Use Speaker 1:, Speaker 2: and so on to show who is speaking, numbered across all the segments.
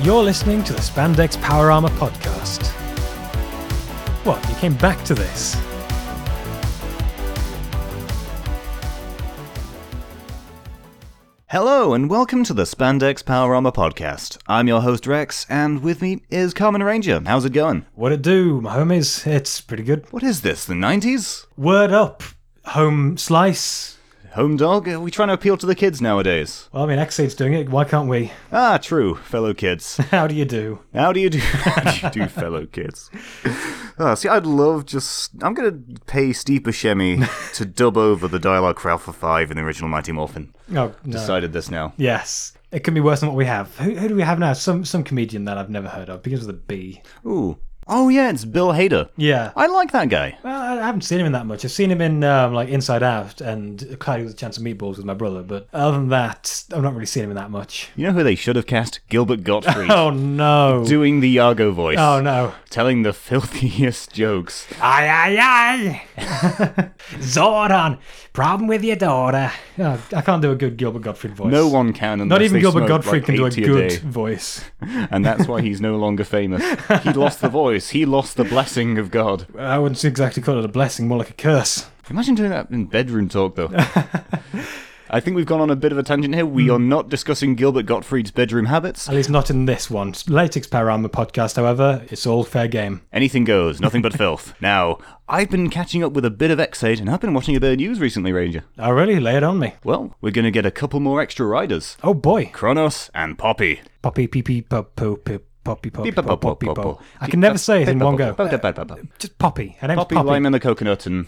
Speaker 1: You're listening to the Spandex Power Armor podcast. What, you came back to this?
Speaker 2: Hello and welcome to the Spandex Power Armor podcast. I'm your host Rex, and with me is Carmen Ranger. How's it going?
Speaker 1: What it do, my homies? It's pretty good.
Speaker 2: What is this? The 90s?
Speaker 1: Word up, home slice.
Speaker 2: Home dog? Are we trying to appeal to the kids nowadays?
Speaker 1: Well, I mean, Xade's doing it. Why can't we?
Speaker 2: Ah, true, fellow kids.
Speaker 1: How do you do?
Speaker 2: How do you do? How do you do, fellow kids? Ah, see, I'd love just. I'm gonna pay Steve Buscemi to dub over the dialogue for Alpha Five in the original Mighty Morphin.
Speaker 1: Oh, no.
Speaker 2: Decided this now.
Speaker 1: Yes. It can be worse than what we have. Who, who do we have now? Some some comedian that I've never heard of. Begins with a B.
Speaker 2: Ooh. Oh yeah, it's Bill Hader.
Speaker 1: Yeah.
Speaker 2: I like that guy.
Speaker 1: Well, I I haven't seen him in that much. I've seen him in um, like Inside Out and Cloudy with a Chance of Meatballs with my brother, but other than that, I've not really seen him in that much.
Speaker 2: You know who they should have cast? Gilbert Gottfried.
Speaker 1: Oh no!
Speaker 2: Doing the Yargo voice.
Speaker 1: oh no!
Speaker 2: telling the filthiest jokes.
Speaker 1: Aye aye aye! Zordon, problem with your daughter. Oh, I can't do a good Gilbert Gottfried voice.
Speaker 2: No one can. Unless
Speaker 1: Not even
Speaker 2: they
Speaker 1: Gilbert
Speaker 2: smoke,
Speaker 1: Gottfried
Speaker 2: like,
Speaker 1: can do a
Speaker 2: 80
Speaker 1: good
Speaker 2: day.
Speaker 1: voice.
Speaker 2: and that's why he's no longer famous. He lost the voice. He lost the blessing of God.
Speaker 1: I wouldn't exactly call it a blessing, more like a curse.
Speaker 2: Imagine doing that in bedroom talk, though. I think we've gone on a bit of a tangent here.
Speaker 1: Hmm.
Speaker 2: We are not discussing Gilbert Gottfried's bedroom habits.
Speaker 1: At least not in this one. Latex Panorama podcast, however, it's all fair game.
Speaker 2: Anything goes, nothing but filth. Now, I've been catching up with a bit of X8, and I've been watching a bit of news recently, Ranger.
Speaker 1: Oh really? Lay it on me.
Speaker 2: Well, we're going to get a couple more extra riders
Speaker 1: Oh boy.
Speaker 2: Kronos and Poppy.
Speaker 1: Poppy pee pee pop pop pop poppy poppy
Speaker 2: Beep,
Speaker 1: pop
Speaker 2: pop,
Speaker 1: poppy
Speaker 2: pop, pop,
Speaker 1: pop.
Speaker 2: pop.
Speaker 1: I can never say it in one go.
Speaker 2: Poppy,
Speaker 1: Just Poppy. Her name's Poppy.
Speaker 2: lime and the coconut, and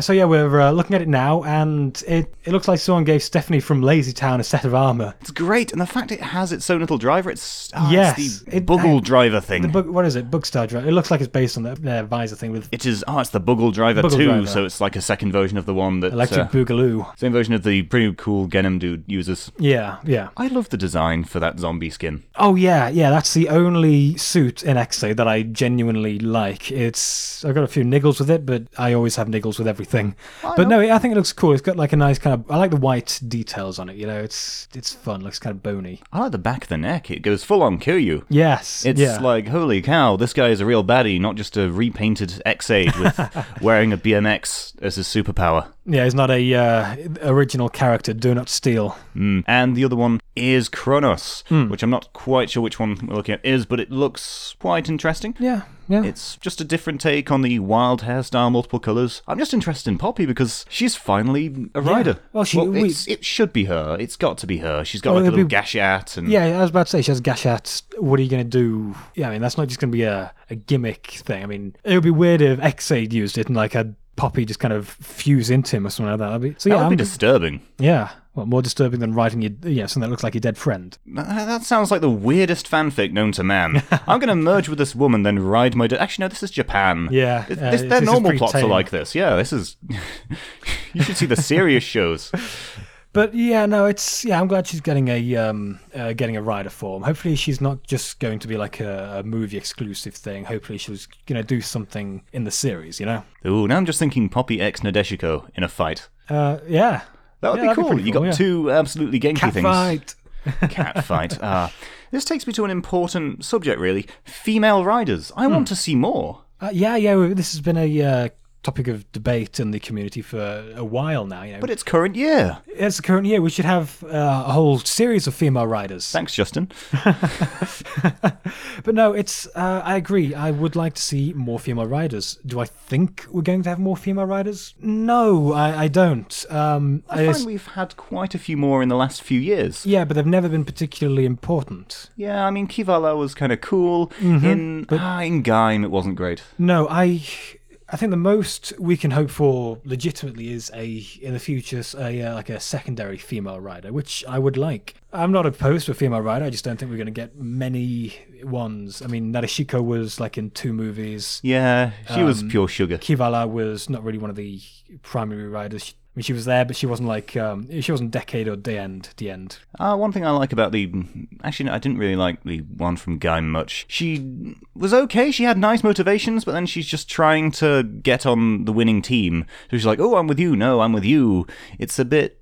Speaker 1: So yeah, we're uh, looking at it now, and it, it looks like someone gave Stephanie from Lazy Town a set of armor.
Speaker 2: It's great, and the fact it has its own little driver, it's, ah,
Speaker 1: Yes,
Speaker 2: it's the
Speaker 1: it-
Speaker 2: Buggle
Speaker 1: I-
Speaker 2: driver thing.
Speaker 1: The bug, what is it? Bugstar Driver. It looks like it's based on that uh, visor thing with
Speaker 2: it is, oh, it's the Buggle driver
Speaker 1: Buggle
Speaker 2: too,
Speaker 1: Driver.
Speaker 2: so it's like a second version of the one that.
Speaker 1: electric
Speaker 2: uh,
Speaker 1: boogaloo.
Speaker 2: same version of the pretty cool Genom dude uses.
Speaker 1: Yeah, yeah.
Speaker 2: I love the design for that zombie skin.
Speaker 1: Oh yeah, yeah. That's the only suit in Exo that I genuinely like. It's I've got a few niggles with it, but I always have niggles with everything. but no, I think it looks cool. It's got like a nice kind of. I like the white details on it. You know, it's it's fun. Looks kind of bony.
Speaker 2: I like the back of the neck, it goes full on Kiryu.
Speaker 1: Yes.
Speaker 2: It's
Speaker 1: yeah.
Speaker 2: like, holy cow, this guy is a real baddie, not just a repainted X-Aid with wearing a BMX as his superpower.
Speaker 1: yeah. It's not a uh, original character. Do not steal.
Speaker 2: Mm. And the other one is Kronos,
Speaker 1: Hmm.
Speaker 2: which I'm not quite sure which one we're looking at is, but it looks quite interesting.
Speaker 1: Yeah. Yeah.
Speaker 2: It's just a different take on the wild hairstyle, multiple colours. I'm just interested in Poppy because she's finally a rider.
Speaker 1: Well, she- we-
Speaker 2: it's, it should be her. It's got to be her. She's got
Speaker 1: Well,
Speaker 2: like a
Speaker 1: it'd
Speaker 2: little
Speaker 1: be-
Speaker 2: gashat and
Speaker 1: Yeah, I was about to say she has Gashat. What are you going to do? Yeah, I mean that's not just going to be a, a gimmick thing. I mean it would be weird if Xaid used it and like had Poppy just kind of fuse into him or something like that. That'd be, so
Speaker 2: that
Speaker 1: yeah,
Speaker 2: would
Speaker 1: I'm,
Speaker 2: be disturbing.
Speaker 1: yeah. Well, more disturbing than writing your yeah something that looks like your dead friend.
Speaker 2: That that sounds like the weirdest fanfic known to man. I'm going to merge with this woman, then ride my. d Actually, no, this is Japan.
Speaker 1: Yeah,
Speaker 2: Th-
Speaker 1: uh,
Speaker 2: this,
Speaker 1: this
Speaker 2: their
Speaker 1: is
Speaker 2: normal
Speaker 1: pretty
Speaker 2: plots are
Speaker 1: tame.
Speaker 2: like this. Yeah, this is. you should see the serious shows.
Speaker 1: But yeah, no, it's yeah. I'm glad she's getting a um uh, getting a rider form. Hopefully she's not just going to be like a, a movie exclusive thing. Hopefully she's going to do something in the series. You know.
Speaker 2: Ooh, now I'm just thinking Poppy X Nadeshiko in a fight.
Speaker 1: Uh, yeah.
Speaker 2: That
Speaker 1: Yeah,
Speaker 2: would be
Speaker 1: that'd be
Speaker 2: cool.
Speaker 1: pretty
Speaker 2: you
Speaker 1: cool,
Speaker 2: got
Speaker 1: yeah.
Speaker 2: two absolutely ganky
Speaker 1: Cat
Speaker 2: things.
Speaker 1: fight.
Speaker 2: Cat fight. Ah. this takes me to an important subject, really. Female riders. I
Speaker 1: Hmm.
Speaker 2: want to see more.
Speaker 1: Uh, yeah, yeah. we- This has been a uh, topic of debate in the community for a while now. You know,
Speaker 2: But it's current year.
Speaker 1: as the current year, we should have uh, a whole series of female riders.
Speaker 2: Thanks, Justin.
Speaker 1: But no, it's. Uh, I agree. I would like to see more female riders. Do I think we're going to have more female riders? No, I, I don't. Um, I
Speaker 2: I
Speaker 1: just-
Speaker 2: find we've had quite a few more in the last few years.
Speaker 1: yeah, but they've never been particularly important.
Speaker 2: Yeah, I mean, Kivala was kind of cool.
Speaker 1: Mm-hmm.
Speaker 2: in ah, in Gaim, it wasn't great.
Speaker 1: No, I. I think the most we can hope for legitimately is a in the future a uh, like a secondary female rider, which I would like. I'm not opposed to a female rider. I just don't think we're going to get many ones. I mean, Narashiko was like in two movies.
Speaker 2: Yeah, she
Speaker 1: Um,
Speaker 2: was pure sugar.
Speaker 1: Kivala was not really one of the primary riders. She, I mean, she was there, but she wasn't like um, she wasn't decade or the end. The end.
Speaker 2: Ah, one thing I like about the actually, no, I didn't really like the one from Gaim much. She was okay. She had nice motivations, but then she's just trying to get on the winning team. So she's like, "Oh, I'm with you. No, I'm with you." It's a bit.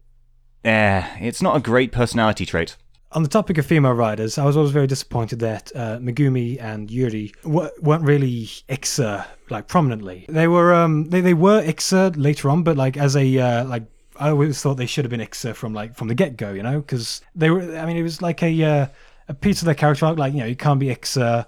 Speaker 2: Eh, it's not a great personality trait.
Speaker 1: On the topic of female riders, I was always very disappointed that uh, Megumi and Yuri w- weren't really Ixa like prominently. They were um they, they were Ixa later on, but like as a uh, like I always thought they should have been Ixa from like from the get go, you know, because they were. I mean, it was like a uh, a piece of their character arc. Like you know, you can't be Ixa.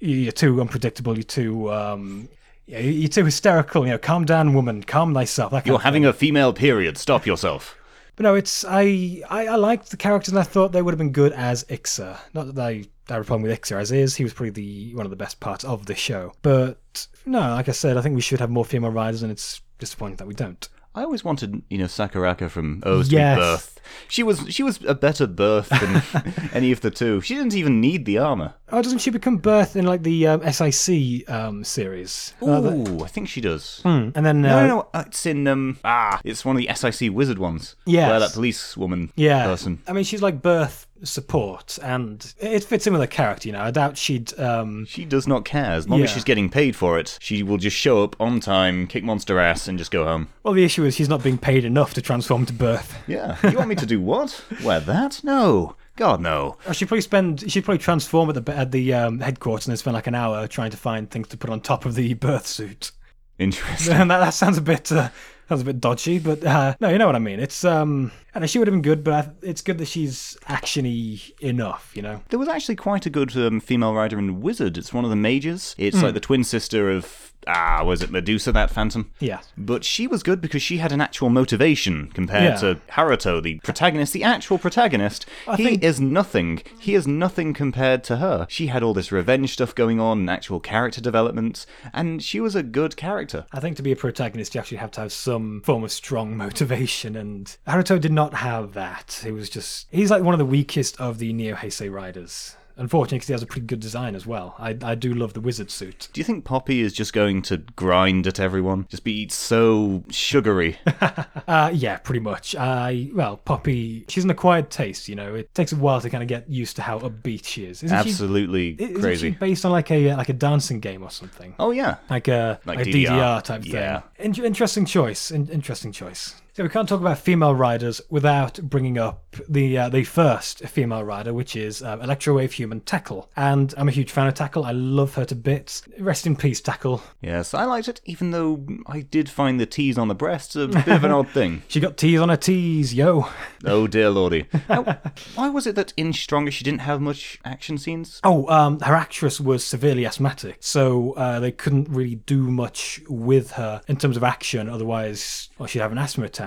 Speaker 1: You- You're too unpredictable. You're too um yeah, you- you're too hysterical. You know, calm down, woman. Calm thyself. That kind
Speaker 2: You're
Speaker 1: of thing.
Speaker 2: having a female period. Stop yourself.
Speaker 1: But no, it's I, I I liked the characters and I thought they would have been good as Ixa. Not that I I have a problem with Ixa as is. He was probably the one of the best parts of the show. But no, like I said, I think we should have more female riders, and it's disappointing that we don't.
Speaker 2: I always wanted, you know, Sakuraka from O's
Speaker 1: Yes.
Speaker 2: to be birthed. She was she was a better birth than any of the two. She didn't even need the armor.
Speaker 1: Oh, doesn't she become Birth in like the um, SIC um, series?
Speaker 2: Ooh,
Speaker 1: Uh, that-
Speaker 2: I think she does.
Speaker 1: and then
Speaker 2: No,
Speaker 1: uh,
Speaker 2: no, no, uh, it's in um ah, it's one of the SIC wizard ones.
Speaker 1: Yes.
Speaker 2: Where that police woman
Speaker 1: yeah,
Speaker 2: person.
Speaker 1: I mean, she's like Birth support, and it fits in with her character. You know, I doubt she'd. Um,
Speaker 2: She does not care as long as
Speaker 1: Yeah.
Speaker 2: she's getting paid for it. She will just show up on time, kick monster ass, and just go home.
Speaker 1: well, the issue is she's not being paid enough to transform to Birth.
Speaker 2: Yeah. You want me to do what? Wear that? No. God no.
Speaker 1: Or she'd probably spend. She'd probably transform at the at the um, headquarters and spend like an hour trying to find things to put on top of the birth suit.
Speaker 2: Interesting.
Speaker 1: and that, that sounds a bit uh, sounds a bit dodgy, but uh, no, you know what I mean. It's um, and she would have been good, but I, it's good that she's actiony enough, you know.
Speaker 2: There was actually quite a good um, female rider in Wizard. It's one of the mages. It's
Speaker 1: Hmm.
Speaker 2: like the twin sister of ah, was it Medusa that phantom?
Speaker 1: Yeah.
Speaker 2: But she was good because she had an actual motivation compared
Speaker 1: Yeah.
Speaker 2: to Haruto, the protagonist, the actual protagonist. he
Speaker 1: think-
Speaker 2: is nothing. He is nothing compared to her. She had all this revenge stuff going on and actual character development, and she was a good character.
Speaker 1: I think to be a protagonist, you actually have to have some form of strong motivation, and Haruto did not have that. He was just he's like one of the weakest of the Neo Heisei riders. Unfortunately, because he has a pretty good design as well. I, I do love the wizard suit.
Speaker 2: Do you think Poppy is just going to grind at everyone? Just be so sugary.
Speaker 1: Uh, yeah, pretty much. I well, Poppy, she's an acquired taste. You know, it takes a while to kind of get used to how upbeat she is. Isn't
Speaker 2: Absolutely
Speaker 1: she, isn't
Speaker 2: crazy.
Speaker 1: she based on like a uh, like a dancing game or something,
Speaker 2: Oh, yeah.
Speaker 1: like a
Speaker 2: Like
Speaker 1: a DDR,
Speaker 2: DDR,
Speaker 1: type
Speaker 2: yeah.
Speaker 1: thing. In- interesting choice. In- interesting choice. So we can't talk about female riders without bringing up the uh, the first female rider, which is um, Electrowave Human Tackle. And I'm a huge fan of Tackle. I love her to bits. Rest in peace, Tackle.
Speaker 2: Yes, I liked it, even though I did find the tease on the breast a bit of an odd thing.
Speaker 1: She got tees on her tees, yo.
Speaker 2: Oh dear lordy. Now, why was it that in Stronger she didn't have much action scenes?
Speaker 1: Oh, um, her actress was severely asthmatic, so uh, they couldn't really do much with her in terms of action. Otherwise, well, she'd have an asthma attack.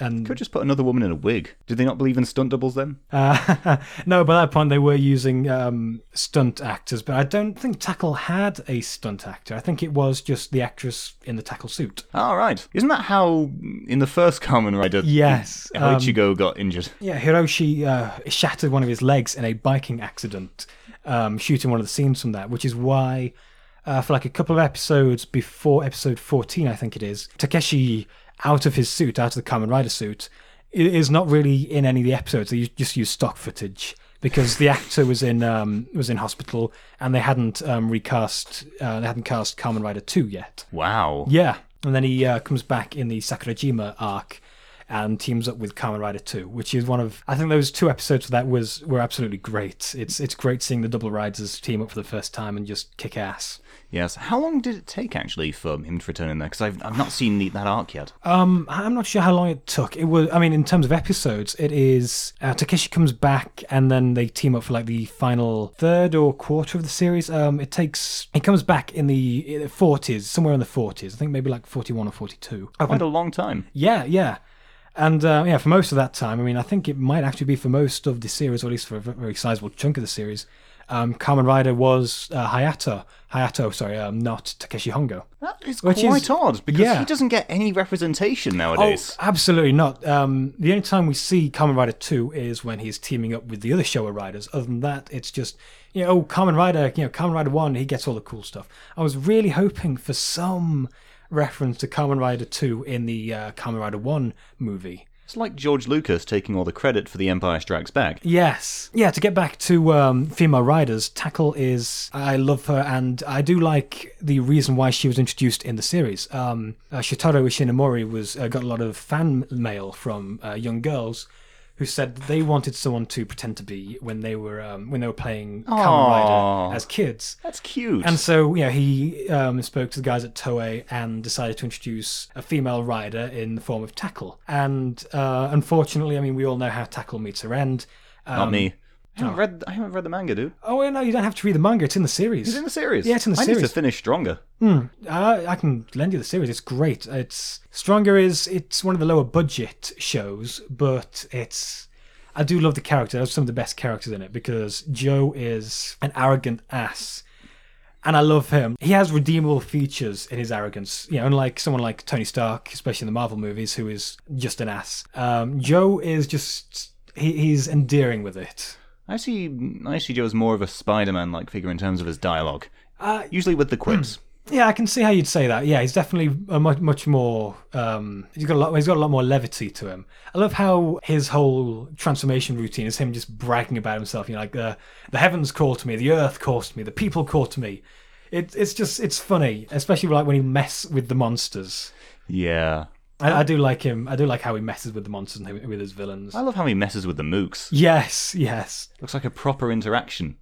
Speaker 1: And
Speaker 2: Could just put another woman in a wig. Did they not believe in stunt doubles then?
Speaker 1: uh, no, by that point they were using um, stunt actors, but I don't think Tackle had a stunt actor. I think it was just the actress in the Tackle suit.
Speaker 2: All right. Isn't that how in the first Kamen Rider
Speaker 1: Yes, um,
Speaker 2: Hoichigo got injured?
Speaker 1: Yeah, Hiroshi uh, shattered one of his legs in a biking accident, um, shooting one of the scenes from that, which is why, uh, for like a couple of episodes before episode 14, I think it is, Takeshi, out of his suit, out of the Kamen Rider suit, i- is not really in any of the episodes. They just use stock footage because the actor was in um, was in hospital and they hadn't um, recast, uh, they hadn't cast Kamen Rider 2 yet.
Speaker 2: Wow.
Speaker 1: Yeah, and then he uh, comes back in the Sakurajima arc and teams up with Kamen Rider 2, which is one of I think those two episodes of that was were absolutely great. It's it's great seeing the double riders team up for the first time and just kick ass.
Speaker 2: Yes. How long did it take actually for him to return in there? Because I've, I've not seen the, that arc yet.
Speaker 1: Um, I'm not sure how long it took. It was I mean in terms of episodes, it is uh, Takeshi comes back and then they team up for like the final third or quarter of the series. Um, it takes it comes back in the in the 40s, somewhere in the 40s. I think maybe like 41 or 42. Up
Speaker 2: Quite a long time.
Speaker 1: Yeah, yeah. And uh, yeah, for most of that time, I mean, I think it might actually be for most of the series, or at least for a ve- very sizable chunk of the series, um, Kamen Rider was uh, Hayato. Hayato, sorry, um, not Takeshi Hongo.
Speaker 2: That is
Speaker 1: Which
Speaker 2: quite
Speaker 1: is-
Speaker 2: odd because
Speaker 1: yeah.
Speaker 2: he doesn't get any representation
Speaker 1: Oh,
Speaker 2: nowadays.
Speaker 1: absolutely not. Um, the only time we see Kamen Rider 2 is when he's teaming up with the other Showa Riders. Other than that, it's just, you know, oh, Kamen Rider, you know, Kamen Rider 1, he gets all the cool stuff. I was really hoping for some reference to Kamen Rider 2 in the uh, Kamen Rider 1 movie.
Speaker 2: It's like George Lucas taking all the credit for The Empire Strikes Back.
Speaker 1: Yes. Yeah, to get back to um, female riders, Tackle is. I love her, and I do like the reason why she was introduced in the series. Um, uh, Shitaro Ishinomori was, uh, got a lot of fan mail from uh, young girls who said that they wanted someone to pretend to be when they were um, when they were playing
Speaker 2: Aw.
Speaker 1: Kamen Rider as kids.
Speaker 2: That's cute.
Speaker 1: And so, you know, he um, spoke to the guys at Toei and decided to introduce a female rider in the form of Tackle. And uh, unfortunately, I mean, we all know how Tackle meets her end. Um,
Speaker 2: Not me. I haven't, read, I haven't read the manga, dude.
Speaker 1: Oh, well, no, you don't have to read the manga. It's in the series.
Speaker 2: It's in the series.
Speaker 1: Yeah, it's in the
Speaker 2: I need
Speaker 1: series.
Speaker 2: to finish stronger.
Speaker 1: Uh, I, I can lend you the series. It's great. It's stronger. Is it's one of the lower budget shows, but it's. I do love the character. There's some of the best characters in it because Joe is an arrogant ass, and I love him. He has redeemable features in his arrogance. You know, unlike someone like Tony Stark, especially in the Marvel movies, who is just an ass. Um, Joe is just he, he's endearing with it.
Speaker 2: I see. I see Joe as more of a Spider-Man-like figure in terms of his dialogue,
Speaker 1: Uh,
Speaker 2: usually with the quips.
Speaker 1: Yeah, I can see how you'd say that. Yeah, he's definitely a much much more. Um, he's got a lot. He's got a lot more levity to him. I love how his whole transformation routine is him just bragging about himself. You know, like the the heavens call to me, the earth calls to me, the people call to me. It, it's just it's funny, especially like when he mess with the monsters.
Speaker 2: yeah,
Speaker 1: I, I do like him. I do like how he messes with the monsters and with his villains.
Speaker 2: I love how he messes with the mooks.
Speaker 1: Yes, yes.
Speaker 2: Looks like a proper interaction.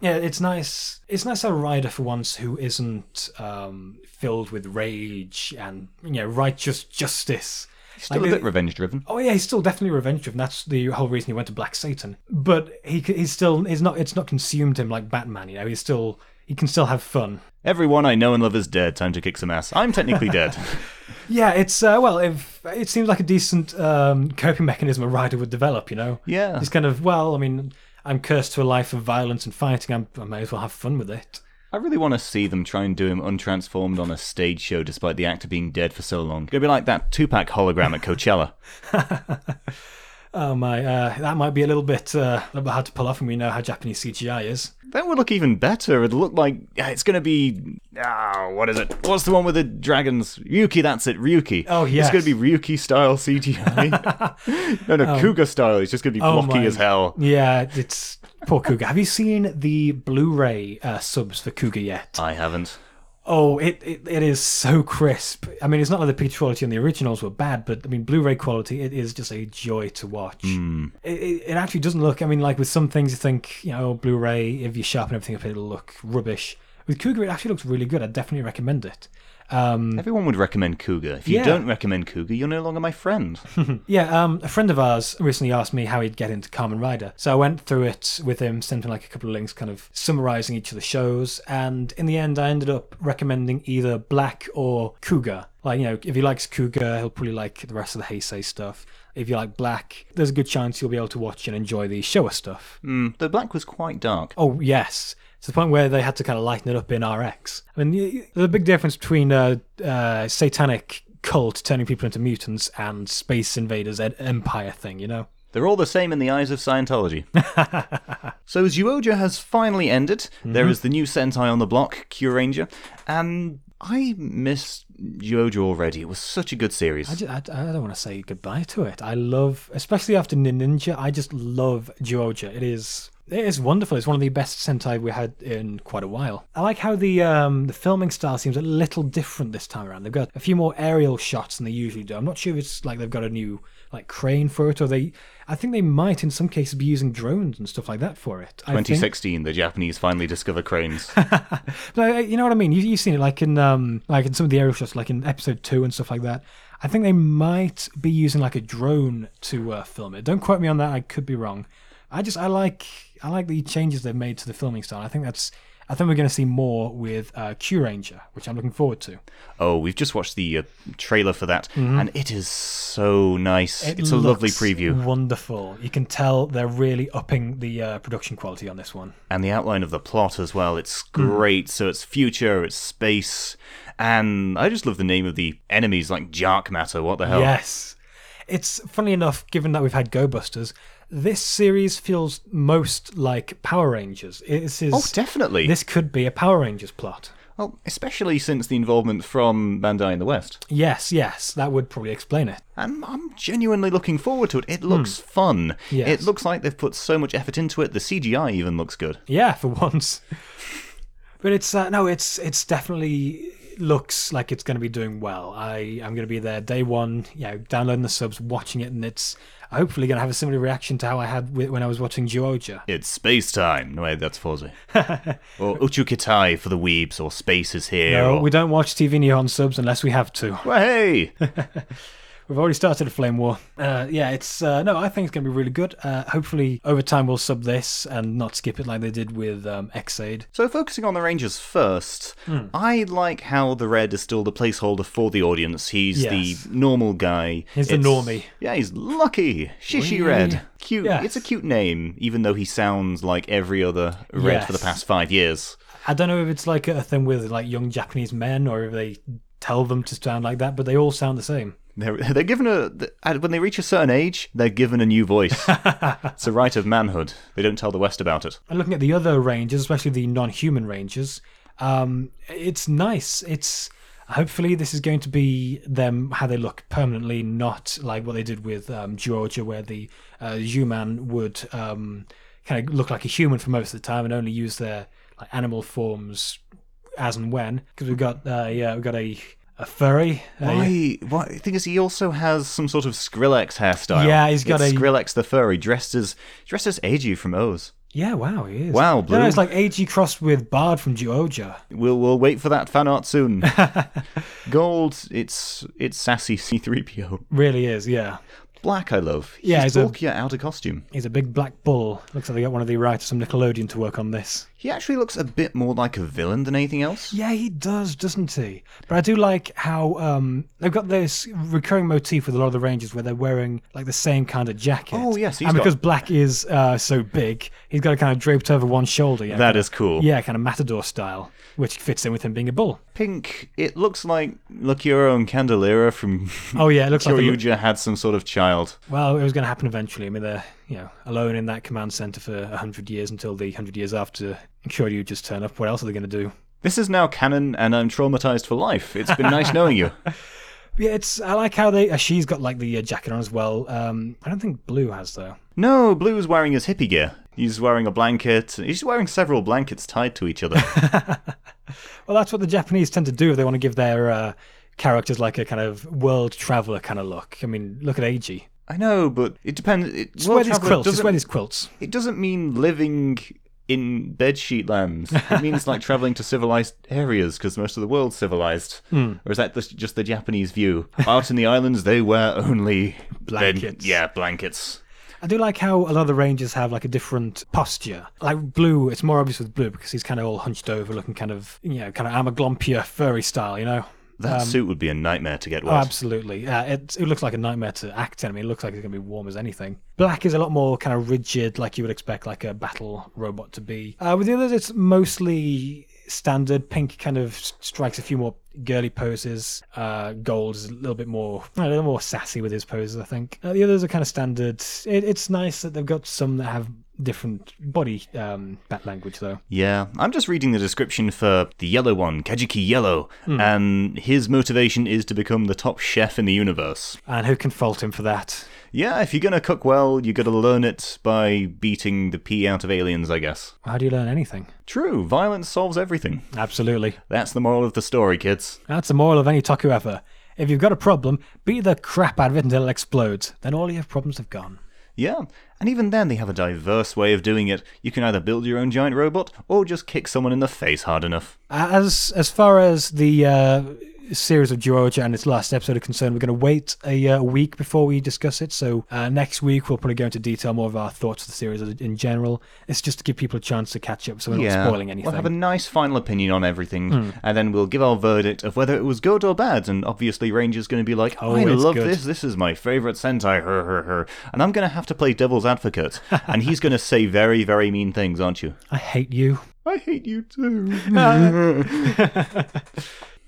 Speaker 1: Yeah, it's nice. It's nice to have a rider for once who isn't um, filled with rage and you know righteous justice.
Speaker 2: Still
Speaker 1: Like,
Speaker 2: a bit revenge-driven.
Speaker 1: Oh yeah, he's still definitely revenge driven. That's the whole reason he went to Black Satan. But he c- he's still he's not it's not consumed him like Batman. You know, he's still he can still have fun.
Speaker 2: Everyone I know and love is dead. Time to kick some ass. I'm technically dead.
Speaker 1: Yeah, it's uh, well, if, it seems like a decent um, coping mechanism a rider would develop. You know,
Speaker 2: yeah.
Speaker 1: he's kind of well. I mean, I'm cursed to a life of violence and fighting. I'm, I may as well have fun with it.
Speaker 2: I really want to see them try and do him untransformed on a stage show despite the actor being dead for so long. Gonna be like that Tupac hologram at Coachella.
Speaker 1: Oh my, uh, that might be a little bit uh, a little bit hard to pull off, and we know how Japanese CGI is.
Speaker 2: that would look even better. It'd look like yeah, it's gonna be ah, what is it? What's the one with the dragons? Ryuki, that's it, Ryuki.
Speaker 1: Oh, yes. Um,
Speaker 2: It's gonna be Ryuki style CGI. no, no, Kuga style. It's just gonna be
Speaker 1: Oh
Speaker 2: blocky
Speaker 1: my-
Speaker 2: as hell.
Speaker 1: Yeah, it's poor Kuga. Have you seen the Blu-ray uh, subs for Kuga yet?
Speaker 2: I haven't.
Speaker 1: Oh, it, it it is so crisp. I mean, it's not like the picture quality on the originals were bad, but I mean, Blu-ray quality, it is just a joy to watch. It, it, it actually doesn't look. I mean, like with some things, you think you know, Blu-ray. If you sharpen everything up, it'll look rubbish. With Cougar, it actually looks really good. I definitely recommend it. Um,
Speaker 2: Mm. Everyone would recommend Kuga. If you
Speaker 1: Yeah.
Speaker 2: don't recommend Kuga, you're no longer my friend.
Speaker 1: yeah, um, a friend of ours recently asked me how he'd get into Carmen Rider, so I went through it with him, sent him like a couple of links, kind of summarizing each of the shows, and in the end, I ended up recommending either Black or Cougar. Like you know, if he likes Cougar, he'll probably like the rest of the Heisei stuff. If you like Black, there's a good chance you'll be able to watch and enjoy the Showa stuff.
Speaker 2: mm, the black was quite dark.
Speaker 1: Oh yes, to the point where they had to kind of lighten it up in RX. I mean, y- y- there's a big difference between a uh, uh, satanic cult turning people into mutants and space invaders and empire thing, you know.
Speaker 2: They're all the same in the eyes of Scientology. so Zuoja has finally ended.
Speaker 1: Mm-hmm.
Speaker 2: There is the new Sentai on the block, Q Ranger, and I miss Zuoja already. It was such a good series.
Speaker 1: I, ju- I, I don't want to say goodbye to it. I love, especially after Nin Ninja, I just love Georgia. It is it is wonderful. It's one of the best Sentai we had in quite a while. I like how the um, the filming style seems a little different this time around. They've got a few more aerial shots than they usually do. I'm not sure if it's like they've got a new like crane for it or they. I think they might in some cases be using drones and stuff like that for it. I think.
Speaker 2: 2016, the Japanese finally discover cranes.
Speaker 1: No, you know what I mean. You, you've seen it like in um, like in some of the aerial shots, like in episode two and stuff like that. I think they might be using like a drone to uh, film it. Don't quote me on that. I could be wrong. I just I like I like the changes they've made to the filming style. I think that's I think we're going to see more with uh, Q Ranger, which I'm looking forward to.
Speaker 2: oh, we've just watched the uh, trailer for that, and it is so nice.
Speaker 1: Mm-hmm. It
Speaker 2: it's a lovely
Speaker 1: looks
Speaker 2: preview,
Speaker 1: Wonderful. You can tell they're really upping the uh, production quality on this one.
Speaker 2: and the outline of the plot as well. It's
Speaker 1: Mm.
Speaker 2: great. So it's future, it's space, and I just love the name of the enemies, like Jark Matter. What the hell?
Speaker 1: Yes. It's funny enough, given that we've had Go Busters, this series feels most like Power Rangers. It- This is
Speaker 2: Oh, definitely.
Speaker 1: this could be a Power Rangers plot.
Speaker 2: Well, especially since the involvement from Bandai in the West.
Speaker 1: Yes, yes, that would probably explain it.
Speaker 2: I'm, I'm genuinely looking forward to it. It looks fun.
Speaker 1: Hmm. Yes.
Speaker 2: It looks like they've put so much effort into it. The CGI even looks good.
Speaker 1: Yeah, for once. but it's uh, no, it's it's definitely looks like it's going to be doing well. I am going to be there day one, you know, downloading the subs, watching it, and it's hopefully going to have a similar reaction to how I had wi- when I was watching Georgia.
Speaker 2: It's space time. No, wait, that's Forza. or Uchukitai for the weebs, or Space is here.
Speaker 1: No,
Speaker 2: or...
Speaker 1: we don't watch TV Neon subs unless we have to.
Speaker 2: Well, hey!
Speaker 1: We've already started a flame war. Uh, yeah, it's uh, no, I think it's going to be really good. Uh, hopefully, over time we'll sub this and not skip it like they did with um, Xaid.
Speaker 2: So, focusing on the Rangers first,
Speaker 1: Hmm.
Speaker 2: I like how the Red is still the placeholder for the audience. He's
Speaker 1: Yes.
Speaker 2: the normal guy.
Speaker 1: He's the
Speaker 2: It's-
Speaker 1: normie.
Speaker 2: Yeah, he's lucky. Shishy
Speaker 1: Wee.
Speaker 2: Red. Cute.
Speaker 1: Yes.
Speaker 2: It's a cute name, even though he sounds like every other Red for the
Speaker 1: Yes.
Speaker 2: past five years.
Speaker 1: I don't know if it's like a thing with like young Japanese men or if they tell them to sound like that, but they all sound the same.
Speaker 2: They're, they're given a th- when they reach a certain age, they're given a new voice. it's a right of manhood. They don't tell the West about it.
Speaker 1: And looking at the other rangers, especially the non-human rangers, um, it's nice. It's hopefully this is going to be them how they look permanently, not like what they did with um, Georgia, where the uh, human would um, kind of look like a human for most of the time and only use their like, animal forms as and when. Because we've got uh, yeah, we've got a a furry. a-
Speaker 2: Why? Why? The thing is, he also has some sort of Skrillex hairstyle.
Speaker 1: Yeah, he's got
Speaker 2: It's
Speaker 1: a-
Speaker 2: Skrillex the furry dressed as dressed as Eiji from Oz.
Speaker 1: yeah, wow, he is.
Speaker 2: Wow,
Speaker 1: No,
Speaker 2: Blue.
Speaker 1: no, it's like AG crossed with Bard from Georgia.
Speaker 2: We'll we'll wait for that fan art soon. Gold, it's it's sassy C3PO.
Speaker 1: Really is, yeah.
Speaker 2: Black, I love.
Speaker 1: Yeah,
Speaker 2: he's
Speaker 1: he's a-
Speaker 2: bulkier out of costume.
Speaker 1: He's a big black bull. Looks like they got one of the writers from Nickelodeon to work on this.
Speaker 2: He actually looks a bit more like a villain than anything else.
Speaker 1: Yeah, he does, doesn't he? But I do like how um, they've got this recurring motif with a lot of the Rangers where they're wearing like the same kind of jacket.
Speaker 2: Oh, yes, he's
Speaker 1: and
Speaker 2: got-
Speaker 1: because Black is uh, so big, he's got it kind of draped over one shoulder. Yeah,
Speaker 2: That is cool.
Speaker 1: yeah, kind of matador style, which fits in with him being a bull.
Speaker 2: Pink, it looks like Lakura and Candelera from
Speaker 1: Oh yeah, it looks like. they-
Speaker 2: Kyoryuja had some sort of child.
Speaker 1: Well, it was going to happen eventually. I mean, they're you know alone in that command center for hundred years until the hundred years after Kyoryu just turn up. What else are they going to do?
Speaker 2: This is now canon, and I'm traumatized for life. It's been nice knowing you.
Speaker 1: Yeah, it's. I like how they. Uh, she's got like the uh, jacket on as well. Um, I don't think Blue has though.
Speaker 2: No, Blue's wearing his hippie gear. He's wearing a blanket. He's wearing several blankets tied to each other.
Speaker 1: Well, that's what the Japanese tend to do if they want to give their uh, characters like a kind of world traveler kind of look. I mean, look at Eiji.
Speaker 2: I know, but it depends. It,
Speaker 1: Just
Speaker 2: world
Speaker 1: wear these
Speaker 2: traveler
Speaker 1: quilts. Just
Speaker 2: doesn't-
Speaker 1: wear these quilts.
Speaker 2: It doesn't mean living in bedsheet lands. It means like traveling to civilized areas because most of the world's civilized.
Speaker 1: Hmm.
Speaker 2: Or is that the, just the Japanese view? Out in the islands, they wear only bed-
Speaker 1: Blankets.
Speaker 2: yeah, blankets.
Speaker 1: I do like how a lot of the Rangers have like a different posture. Like Blue, it's more obvious with Blue because he's kind of all hunched over, looking kind of you know, kind of Amaglompia furry style. You know.
Speaker 2: That suit would be a nightmare to get
Speaker 1: Um, Oh,
Speaker 2: wet.
Speaker 1: absolutely. Uh, it, it looks like a nightmare to act in. I mean, it looks like it's going to be warm as anything. Black is a lot more kind of rigid, like you would expect like a battle robot to be. Uh, with the others, it's mostly standard. Pink kind of s- strikes a few more girly poses. Uh, gold is a little bit more, a little more sassy with his poses, I think. Uh, the others are kind of standard. It, it's nice that they've got some that have different body um, bat language, though.
Speaker 2: Yeah, I'm just reading the description for the yellow one, Kajiki Yellow,
Speaker 1: Hmm.
Speaker 2: and his motivation is to become the top chef in the universe.
Speaker 1: And who can fault him for that?
Speaker 2: Yeah, if you're gonna cook well, you gotta learn it by beating the pee out of aliens, I guess.
Speaker 1: How do you learn anything?
Speaker 2: True, violence solves everything.
Speaker 1: Absolutely.
Speaker 2: That's the moral of the story, kids.
Speaker 1: That's the moral of any Taku ever. If you've got a problem, beat the crap out of it until it explodes. Then all your problems have gone.
Speaker 2: Yeah, and even then, they have a diverse way of doing it. You can either build your own giant robot or just kick someone in the face hard enough.
Speaker 1: Uh, As as far as the uh, series of Georgia and its last episode are concerned, we're going to wait a uh, week before we discuss it. So uh, next week we'll probably go into detail more of our thoughts of the series in general. It's just to give people a chance to catch up, so we're not spoiling anything. Hmm.
Speaker 2: We'll have a nice final opinion on everything, and then we'll give our verdict of whether it was good or bad. And obviously, Ranger's going to be like,
Speaker 1: Oh,
Speaker 2: "I
Speaker 1: it's
Speaker 2: love
Speaker 1: good."
Speaker 2: this. This is my favorite Sentai." Her, her, her. And I'm going to have to play devil's advocate, and he's going to say very, very mean things, aren't you?
Speaker 1: I hate you.
Speaker 2: I hate you too.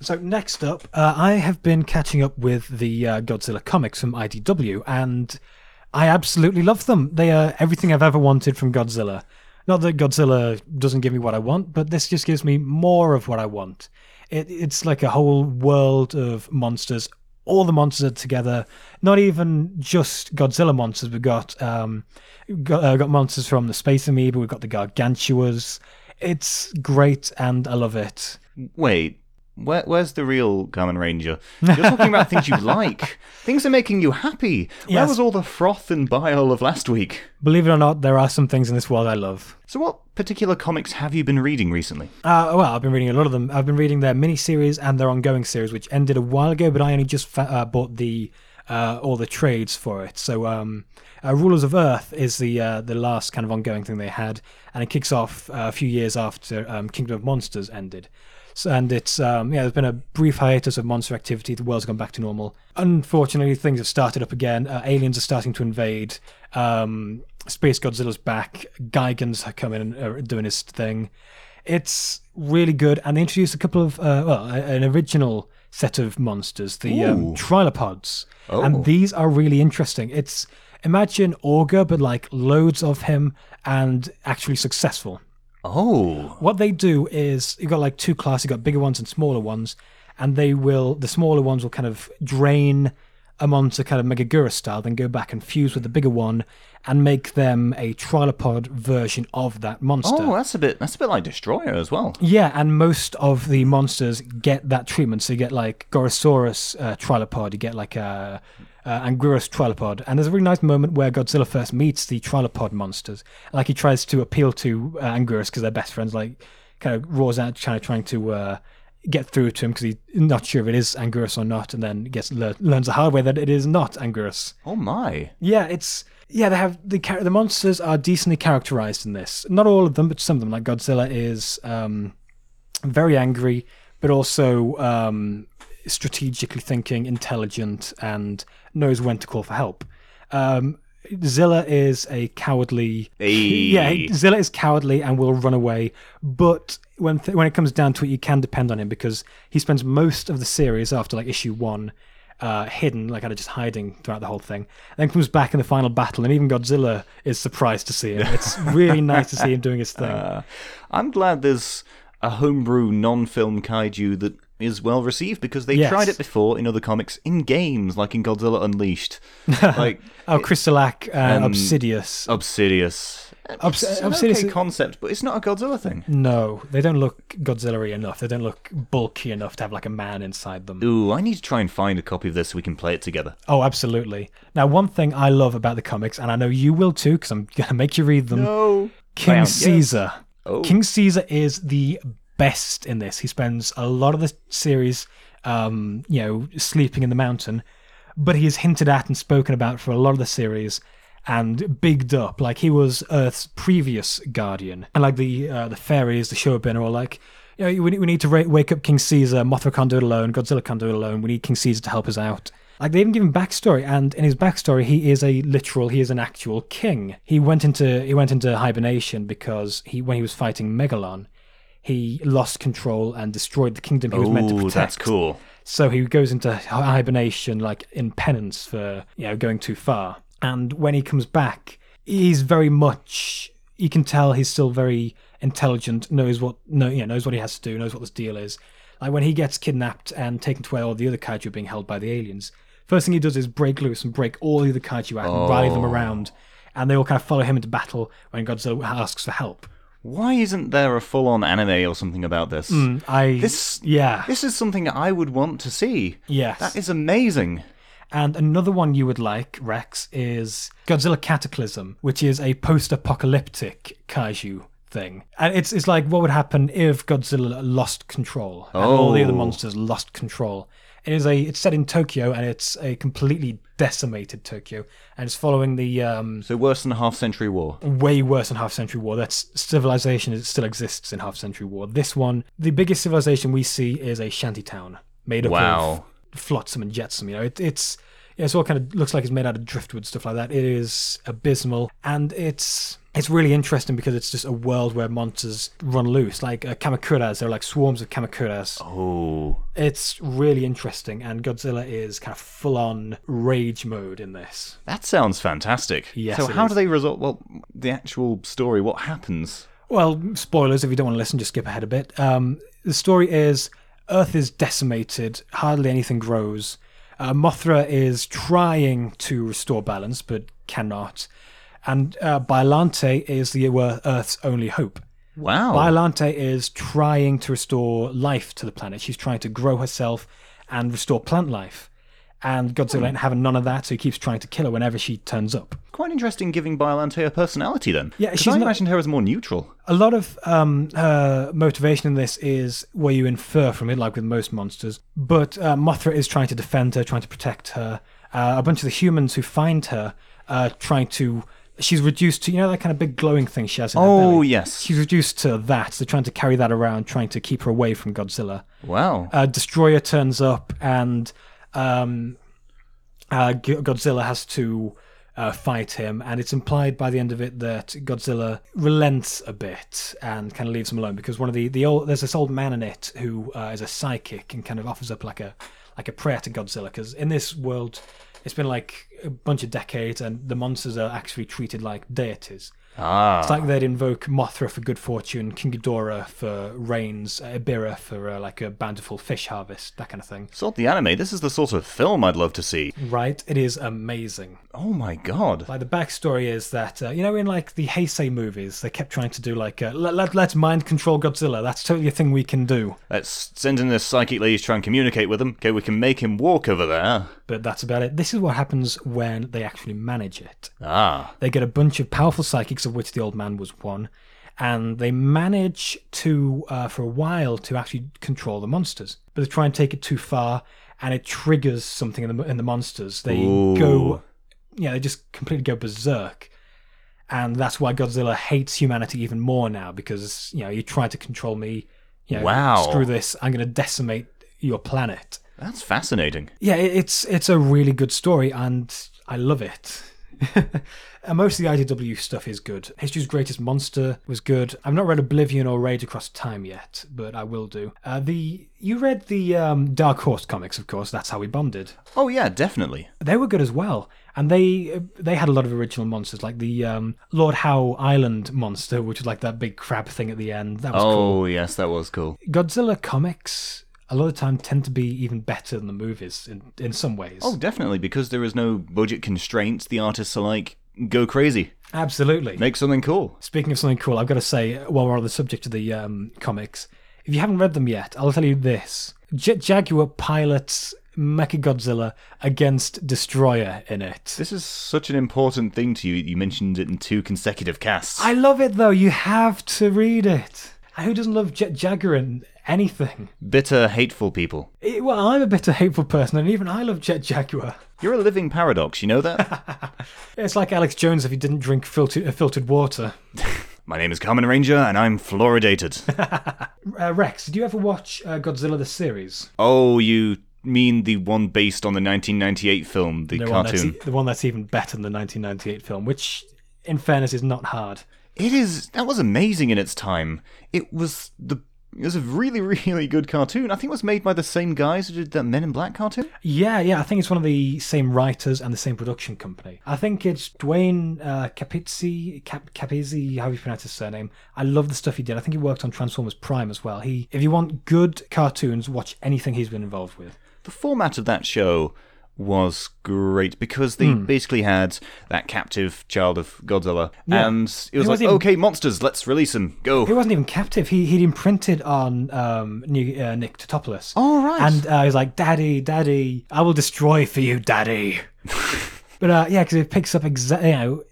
Speaker 1: So next up, uh, I have been catching up with the uh, Godzilla comics from IDW, and I absolutely love them. They are everything I've ever wanted from Godzilla. Not that Godzilla doesn't give me what I want, but this just gives me more of what I want. It, it's like a whole world of monsters. All the monsters are together. Not even just Godzilla monsters. We've got um, got, uh, got monsters from the Space Amoeba. We've got the Gargantuas. It's great, and I love it.
Speaker 2: Wait, Where, where's the real Kamen Ranger? You're talking about things you like, things that are making you happy. Where
Speaker 1: Yes.
Speaker 2: was all the froth and bile of last week?
Speaker 1: Believe it or not, there are some things in this world I love.
Speaker 2: So, what particular comics have you been reading recently?
Speaker 1: Uh, well, I've been reading a lot of them. I've been reading their mini series and their ongoing series, which ended a while ago, but I only just fa- uh, bought the uh, all the trades for it. So, um, uh, Rulers of Earth is the uh, the last kind of ongoing thing they had, and it kicks off uh, a few years after um, Kingdom of Monsters ended. So, and it's um, yeah, there's been a brief hiatus of monster activity. The world's gone back to normal. Unfortunately, things have started up again. Uh, aliens are starting to invade. Um, Space Godzilla's back. Geigen's coming and uh, doing his thing. It's really good, and they introduced a couple of uh, well, a- an original set of monsters, the
Speaker 2: Ooh.
Speaker 1: um, trilopods,
Speaker 2: Oh.
Speaker 1: and these are really interesting. It's imagine Augur, but like loads of him, and actually successful
Speaker 2: Oh,
Speaker 1: what they do is you've got like two classes you've got bigger ones and smaller ones and they will the smaller ones will kind of drain a monster kind of megagura style then go back and fuse with the bigger one and make them a trilopod version of that monster
Speaker 2: oh, that's a bit. That's a bit like Destroyer as well.
Speaker 1: yeah, and most of the monsters get that treatment. So you get like Gorosaurus uh, trilopod, you get like uh, uh, Anguirus trilopod, and there's a really nice moment where Godzilla first meets the trilopod monsters. Like he tries to appeal to uh, Anguirus because they're best friends. Like kind of roars out, kind of trying to uh, get through to him because he's not sure if it is Anguirus or not, and then gets lear- learns the hard way that it is not Anguirus.
Speaker 2: Oh my.
Speaker 1: Yeah, it's yeah. They have the char- the monsters are decently characterized in this. Not all of them, but some of them. Like Godzilla is um, very angry, but also um, strategically thinking, intelligent, and knows when to call for help. Um, Zilla is a cowardly.
Speaker 2: Hey.
Speaker 1: Yeah, Zilla is cowardly and will run away. But when th- when it comes down to it, you can depend on him because he spends most of the series after like issue one. Uh, hidden, like kind of just hiding throughout the whole thing, then comes back in the final battle, and even Godzilla is surprised to see him. It's really nice to see him doing his thing.
Speaker 2: Uh, I'm glad there's a homebrew non-film kaiju that is well received because they
Speaker 1: Yes.
Speaker 2: tried it before in other comics, in games like in Godzilla Unleashed, like
Speaker 1: Oh, Crystalac, uh,
Speaker 2: um,
Speaker 1: Obsidious.
Speaker 2: Obsidious.
Speaker 1: Obs-
Speaker 2: It's an
Speaker 1: Obsidious
Speaker 2: okay
Speaker 1: is-
Speaker 2: concept, but it's not a Godzilla thing.
Speaker 1: No, they don't look Godzilla-y enough. They don't look bulky enough to have like a man inside them.
Speaker 2: Ooh, I need to try and find a copy of this so we can play it together.
Speaker 1: Oh, absolutely. Now, one thing I love about the comics, and I know you will too, because I'm going to make you read them.
Speaker 2: No.
Speaker 1: King
Speaker 2: Wow, yes.
Speaker 1: Caesar.
Speaker 2: Oh.
Speaker 1: King Caesar is the best in this. He spends a lot of the series, um, you know, sleeping in the mountain, but he is hinted at and spoken about for a lot of the series and bigged up. Like he was Earth's previous guardian, and like the uh, the fairies, the showbin are all like. You know, we, we need to ra- wake up King Caesar. Mothra can't do it alone. Godzilla can't do it alone. We need King Caesar to help us out. Like they even give him backstory, and in his backstory, he is a literal, he is an actual king. He went into he went into hibernation because he when he was fighting Megalon, he lost control and destroyed the kingdom he was meant to
Speaker 2: Ooh,
Speaker 1: protect.
Speaker 2: that's cool.
Speaker 1: So he goes into hi- hibernation, like in penance for you know going too far. And when he comes back, he's very much. You can tell he's still very intelligent. Knows what know, you know, knows what he has to do. Knows what this deal is. Like when he gets kidnapped and taken to where all the other kaiju are being held by the aliens. First thing he does is break loose and break all the other kaiju out and rally them
Speaker 2: Oh.
Speaker 1: around, and they all kind of follow him into battle when Godzilla asks for help.
Speaker 2: Why isn't there a full-on anime or something about this?
Speaker 1: Mm, I
Speaker 2: This-
Speaker 1: yeah
Speaker 2: This is something I would want to see.
Speaker 1: yes
Speaker 2: That is amazing.
Speaker 1: And another one you would like, Rex, is Godzilla Cataclysm, which is a post-apocalyptic kaiju thing. And it's it's like what would happen if Godzilla lost control and all the other
Speaker 2: Oh.
Speaker 1: monsters lost control. It is a it's set in Tokyo and it's a completely decimated Tokyo and it's following the um,
Speaker 2: So worse than a half-century war.
Speaker 1: way worse than Half Century War. That's civilization is- still exists in Half Century War. This one, the biggest civilization we see is a shantytown made up
Speaker 2: Wow.
Speaker 1: of flotsam and jetsam. You know, it, it's it's all kind of looks like it's made out of driftwood stuff like that. It is abysmal, and it's it's really interesting because it's just a world where monsters run loose, like uh, kamakuras. They're like swarms of kamakuras.
Speaker 2: Oh.
Speaker 1: It's really interesting, and Godzilla is kind of full on rage mode in this.
Speaker 2: That sounds fantastic.
Speaker 1: Yes,
Speaker 2: So
Speaker 1: it
Speaker 2: how
Speaker 1: is.
Speaker 2: do they resolve? Well, the actual story. What happens?
Speaker 1: Well, spoilers if you don't want to listen, just skip ahead a bit. Um, the story is Earth is decimated, hardly anything grows. Uh, Mothra is trying to restore balance, but cannot. And uh, Bylante is the Earth's only hope.
Speaker 2: Wow.
Speaker 1: Biolante is trying to restore life to the planet. She's trying to grow herself and restore plant life. And Godzilla ain't having none of that, so he keeps trying to kill her whenever she turns up.
Speaker 2: Quite interesting giving Biolante a personality then.
Speaker 1: Yeah,
Speaker 2: 'Cause
Speaker 1: she's
Speaker 2: I
Speaker 1: not-
Speaker 2: imagined her as more neutral.
Speaker 1: A lot of um, her motivation in this is where you infer from it, like with most monsters. But uh, Mothra is trying to defend her, trying to protect her. Uh, a bunch of the humans who find her uh, trying to. She's reduced to, you know, that kind of big glowing thing she has in her belly?
Speaker 2: Oh, yes.
Speaker 1: She's reduced to that. They're trying to carry that around, trying to keep her away from Godzilla.
Speaker 2: Wow.
Speaker 1: Uh, Destroyer turns up, and um, uh, G- Godzilla has to uh, fight him. And it's implied by the end of it that Godzilla relents a bit and kind of leaves him alone because one of the the old there's this old man in it who uh, is a psychic and kind of offers up like a like a prayer to Godzilla because in this world. It's been like a bunch of decades, and the monsters are actually treated like deities.
Speaker 2: ah.
Speaker 1: It's like they'd invoke Mothra for good fortune, King Ghidorah for rains, uh, Ibira for uh, like a bountiful fish harvest, that kind of thing.
Speaker 2: Sort the anime. This is the sort of film I'd love to see.
Speaker 1: Right? It is amazing.
Speaker 2: Oh my god.
Speaker 1: Like the backstory is that uh, you know in like the Heisei movies, they kept trying to do like uh, let, let let's mind control Godzilla. That's totally a thing we can do,
Speaker 2: Let's send in this psychic lady to try and communicate with him. Okay, we can make him walk over there.
Speaker 1: but that's about it. This is what happens when they actually manage it.
Speaker 2: Ah.
Speaker 1: They get a bunch of powerful psychics, of which the old man was one, and they manage to, uh, for a while, to actually control the monsters. But they try and take it too far, and it triggers something in the in the monsters. They
Speaker 2: Ooh.
Speaker 1: go, yeah, they just completely go berserk, and that's why Godzilla hates humanity even more now because you know you tried to control me. You know,
Speaker 2: Wow.
Speaker 1: Screw this! I'm going to decimate your planet.
Speaker 2: That's fascinating.
Speaker 1: Yeah, it- it's it's a really good story, and I love it. and most of the IDW stuff is good. History's Greatest Monster was good. I've not read Oblivion or Raid Across Time yet, but I will do. Uh, the you read the um, Dark Horse comics, of course. That's how we bonded.
Speaker 2: Oh yeah, definitely.
Speaker 1: They were good as well, and they uh, they had a lot of original monsters, like the um, Lord Howe Island monster, which was like that big crab thing at the end. That was
Speaker 2: oh
Speaker 1: cool.
Speaker 2: yes, that was cool.
Speaker 1: Godzilla comics. A lot of the time tend to be even better than the movies in, in some ways.
Speaker 2: Oh, definitely, because there is no budget constraints. The artists are like, go crazy,
Speaker 1: absolutely.
Speaker 2: make something cool.
Speaker 1: Speaking of something cool, I've got to say, while we're on the subject of the um, comics, if you haven't read them yet, I'll tell you this: Jet Jaguar pilots Mechagodzilla against Destroyer in it.
Speaker 2: This is such an important thing to you. You mentioned it in two consecutive casts.
Speaker 1: I love it though. You have to read it. Who doesn't love Jet Jaguar and anything?
Speaker 2: Bitter, hateful people.
Speaker 1: It- well, I'm a bit of a hateful person, and even I love Jet Jaguar.
Speaker 2: You're a living paradox. You know that.
Speaker 1: It's like Alex Jones if he didn't drink filtered, uh, filtered water.
Speaker 2: My name is Carmen Ranger, and I'm floridated.
Speaker 1: Uh, Rex, did you ever watch uh, Godzilla the series?
Speaker 2: oh, you mean the one based on the 1998 film, the
Speaker 1: The one, that's,
Speaker 2: cartoon?
Speaker 1: e- the one that's even better than the 1998 film, which, in fairness, is not hard.
Speaker 2: It is that was amazing in its time. It was the it was a really really good cartoon. I think it was made by the same guys who did that Men in Black cartoon.
Speaker 1: Yeah, yeah, I think it's one of the same writers and the same production company. I think it's Dwayne uh, Capizzi, Cap- Capizzi, how do you pronounce his surname? I love the stuff he did. I think he worked on Transformers Prime as well. He, if you want good cartoons, watch anything he's been involved with.
Speaker 2: The format of that show was great because
Speaker 1: Hmm.
Speaker 2: they basically had that captive child of Godzilla,
Speaker 1: Yeah.
Speaker 2: and it was
Speaker 1: It
Speaker 2: like,
Speaker 1: was even-
Speaker 2: okay, monsters, let's release them,
Speaker 1: He
Speaker 2: go.
Speaker 1: wasn't even captive. He he'd imprinted on um, new, uh, Nick Totopoulos.
Speaker 2: All right.
Speaker 1: And uh, he's like, "Daddy, Daddy, I will destroy for you, Daddy." but uh, yeah, because it picks up exactly you know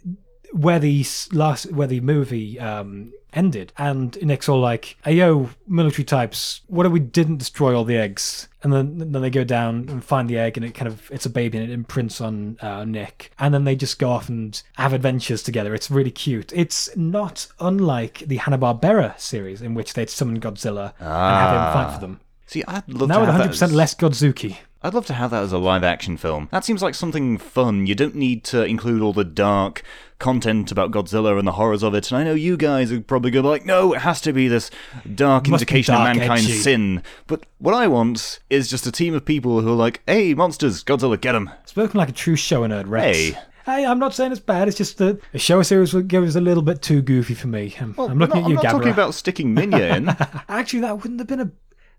Speaker 1: where the s- last where the movie um, ended, and Nick's all like, "Hey, yo, military types, what if we didn't destroy all the eggs?" And then then they go down and find the egg, and it kind of it's a baby, and it imprints on uh, Nick, and then they just go off and have adventures together. It's really cute. It's not unlike the Hanna Barbera series, in which they'd summon Godzilla and have him fight for them.
Speaker 2: See, I'd love
Speaker 1: Now
Speaker 2: to
Speaker 1: with
Speaker 2: have
Speaker 1: 100
Speaker 2: that.
Speaker 1: percent
Speaker 2: As,
Speaker 1: less Godzuki.
Speaker 2: I'd love to have that as a live action film. That seems like something fun. You don't need to include all the dark content about Godzilla and the horrors of it. And I know you guys are probably going to be like, no, it has to be this dark
Speaker 1: Must be
Speaker 2: indication
Speaker 1: dark,
Speaker 2: of mankind's
Speaker 1: edgy."
Speaker 2: sin. But what I want is just a team of people who are like, hey, monsters, Godzilla, get them.
Speaker 1: Spoken like a true show nerd, Rex.
Speaker 2: Hey.
Speaker 1: Hey, I'm not saying it's bad. It's just that the show series was- was a little bit too goofy for me. I'm, I'm looking
Speaker 2: not,
Speaker 1: at you,
Speaker 2: I'm not talking
Speaker 1: Gabra.
Speaker 2: about sticking Minya in.
Speaker 1: Actually, that wouldn't have been a.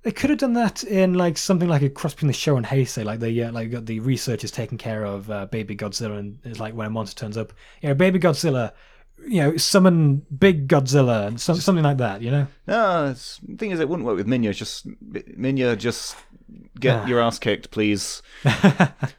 Speaker 1: They could have done that in like something like a cross between the show and Heisei, like they uh, like got the researchers taking care of uh, Baby Godzilla, and it's like when a monster turns up, you know, Baby Godzilla you know, summon big Godzilla and some, something like that, you know?
Speaker 2: No, it's, the thing is, it wouldn't work with Minya. Just Minya, just get
Speaker 1: Ah.
Speaker 2: your ass kicked, please.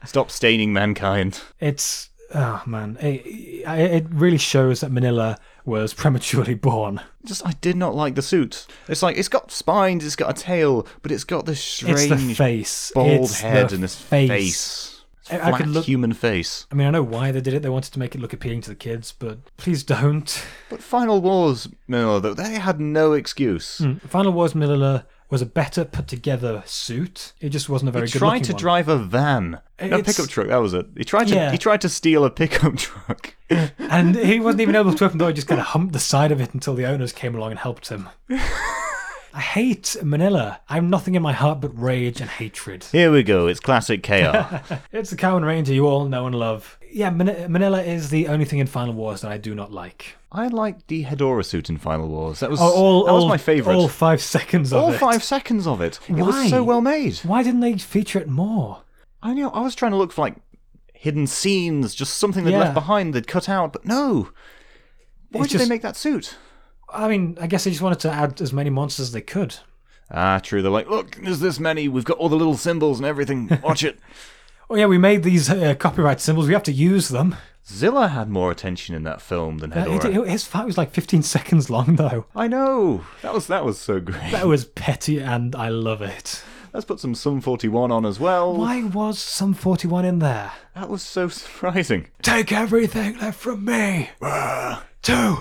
Speaker 2: Stop staining mankind.
Speaker 1: It's, oh man, it, I- it really shows that Manila was prematurely born.
Speaker 2: Just, I did not like the suit. It's like it's got spines, it's got a tail, but it's got this
Speaker 1: it's
Speaker 2: strange
Speaker 1: the face.
Speaker 2: bald
Speaker 1: It's
Speaker 2: head
Speaker 1: the
Speaker 2: and this face,
Speaker 1: face.
Speaker 2: This
Speaker 1: I- I
Speaker 2: flat
Speaker 1: could look-
Speaker 2: human face.
Speaker 1: I mean, I know why they did it. They wanted to make it look appealing to the kids, but please don't.
Speaker 2: But Final Wars, no, though they had no excuse.
Speaker 1: Final Wars Manila was a better put together suit. It just wasn't a very
Speaker 2: He
Speaker 1: good
Speaker 2: tried
Speaker 1: looking
Speaker 2: to
Speaker 1: one.
Speaker 2: drive a van, no
Speaker 1: It's-
Speaker 2: pickup truck. That was it. He tried to
Speaker 1: Yeah.
Speaker 2: he tried to steal a pickup truck.
Speaker 1: And he wasn't even able to open the door, he just kind of humped the side of it until the owners came along and helped him. I hate Manila. I have nothing in my heart but rage and hatred.
Speaker 2: Here we go. It's classic KR.
Speaker 1: It's the Cowan Ranger you all know and love. Yeah, Man- Manila is the only thing in Final Wars that I do not like.
Speaker 2: I liked the Hedora suit in Final Wars. That was
Speaker 1: Oh, all,
Speaker 2: that was
Speaker 1: all-
Speaker 2: my favorite.
Speaker 1: All five seconds of
Speaker 2: All
Speaker 1: it.
Speaker 2: five seconds of it. It was
Speaker 1: Why?
Speaker 2: so well made.
Speaker 1: Why didn't they feature it more?
Speaker 2: I know. I was trying to look for like hidden scenes, just something they'd
Speaker 1: Yeah.
Speaker 2: left behind, they'd cut out. But no. Why
Speaker 1: It's
Speaker 2: did
Speaker 1: just-
Speaker 2: they make that suit?
Speaker 1: I mean, I guess they just wanted to add as many monsters as they could.
Speaker 2: Ah, true. They're like, look, there's this many. We've got all the little symbols and everything. Watch it.
Speaker 1: Oh yeah, we made these uh, copyright symbols. We have to use them.
Speaker 2: Zilla had more attention in that film than
Speaker 1: Uh,
Speaker 2: Hedora.
Speaker 1: it- it- his fight was like 15 seconds long though.
Speaker 2: I know. That was that was so great.
Speaker 1: That was petty, and I love it.
Speaker 2: Let's put some Sum 41 on as well.
Speaker 1: Why was some 41 in there?
Speaker 2: That was so surprising.
Speaker 1: Take everything left from me. Two.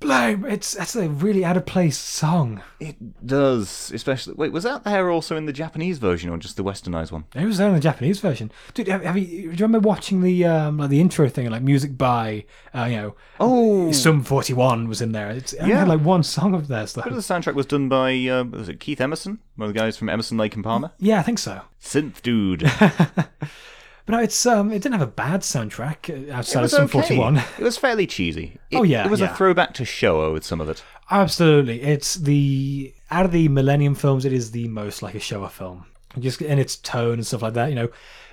Speaker 1: Blame. It's that's a really out of place song.
Speaker 2: It does, especially. Wait, was that there also in the Japanese version or just the westernized one?
Speaker 1: It was there in the Japanese version. Dude, have, have you, do you remember watching the um, like the intro thing, like music by, uh, you know,
Speaker 2: Oh,
Speaker 1: some 41 was in there. It's it only
Speaker 2: Yeah.
Speaker 1: had like one song of theirs
Speaker 2: But
Speaker 1: though.
Speaker 2: the soundtrack was done by uh, was it Keith Emerson, one of the guys from Emerson Lake and Palmer?
Speaker 1: Yeah, I think so.
Speaker 2: Synth dude.
Speaker 1: But no, it's um, it didn't have a bad soundtrack uh,
Speaker 2: it
Speaker 1: outside of
Speaker 2: was
Speaker 1: some
Speaker 2: okay.
Speaker 1: 41.
Speaker 2: It was fairly cheesy. It,
Speaker 1: Oh, yeah,
Speaker 2: it was a
Speaker 1: yeah.
Speaker 2: throwback to Showa with some of it.
Speaker 1: Absolutely, it's the out of the Millennium films, it is the most like a Showa film, just in its tone and stuff like that. You know,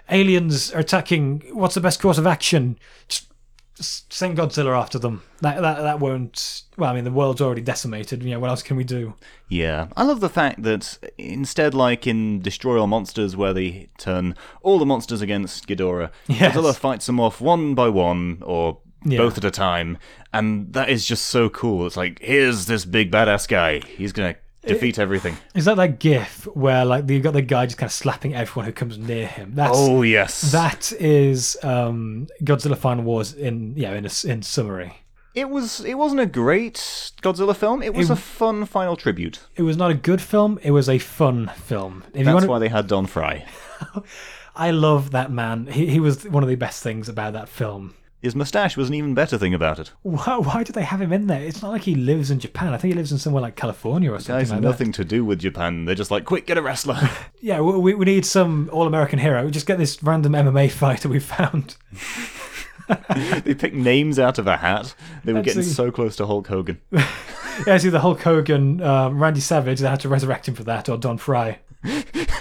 Speaker 1: aliens are attacking. What's the best course of action? Just, just send Godzilla after them. That, that that won't. Well, I mean, the world's already decimated. You know, what else can we do?
Speaker 2: Yeah, I love the fact that instead, like in Destroy All Monsters, where they turn all the monsters against Ghidorah,
Speaker 1: Yes.
Speaker 2: Godzilla fights them off one by one or
Speaker 1: Yeah.
Speaker 2: both at a time, and that is just so cool. It's like here's this big badass guy. He's gonna defeat everything.
Speaker 1: Is that that GIF where like you've got the guy just kind of slapping everyone who comes near him? That's
Speaker 2: Oh yes,
Speaker 1: that is um, Godzilla Final Wars in yeah in a s in summary.
Speaker 2: it was. It wasn't a great Godzilla film. It was a fun final tribute.
Speaker 1: It was not a good film. It was a fun film. If you
Speaker 2: That's
Speaker 1: want,
Speaker 2: why they had Don Fry.
Speaker 1: I love that man. He, he was one of the best things about that film.
Speaker 2: His mustache was an even better thing about it.
Speaker 1: Why, why did they have him in there? It's not like he lives in Japan. I think he lives in somewhere like California or something
Speaker 2: Guys,
Speaker 1: like
Speaker 2: nothing to do with Japan. They're just like, quick, get a wrestler.
Speaker 1: that. Yeah, we, we- we need some all-American hero. Just get this random MMA fighter we found.
Speaker 2: They picked names out of a hat. They were
Speaker 1: That's
Speaker 2: getting
Speaker 1: the-
Speaker 2: so close to Hulk Hogan.
Speaker 1: Yeah, it's either Hulk Hogan, um, Randy Savage. They had to resurrect him for that, or Don Fry.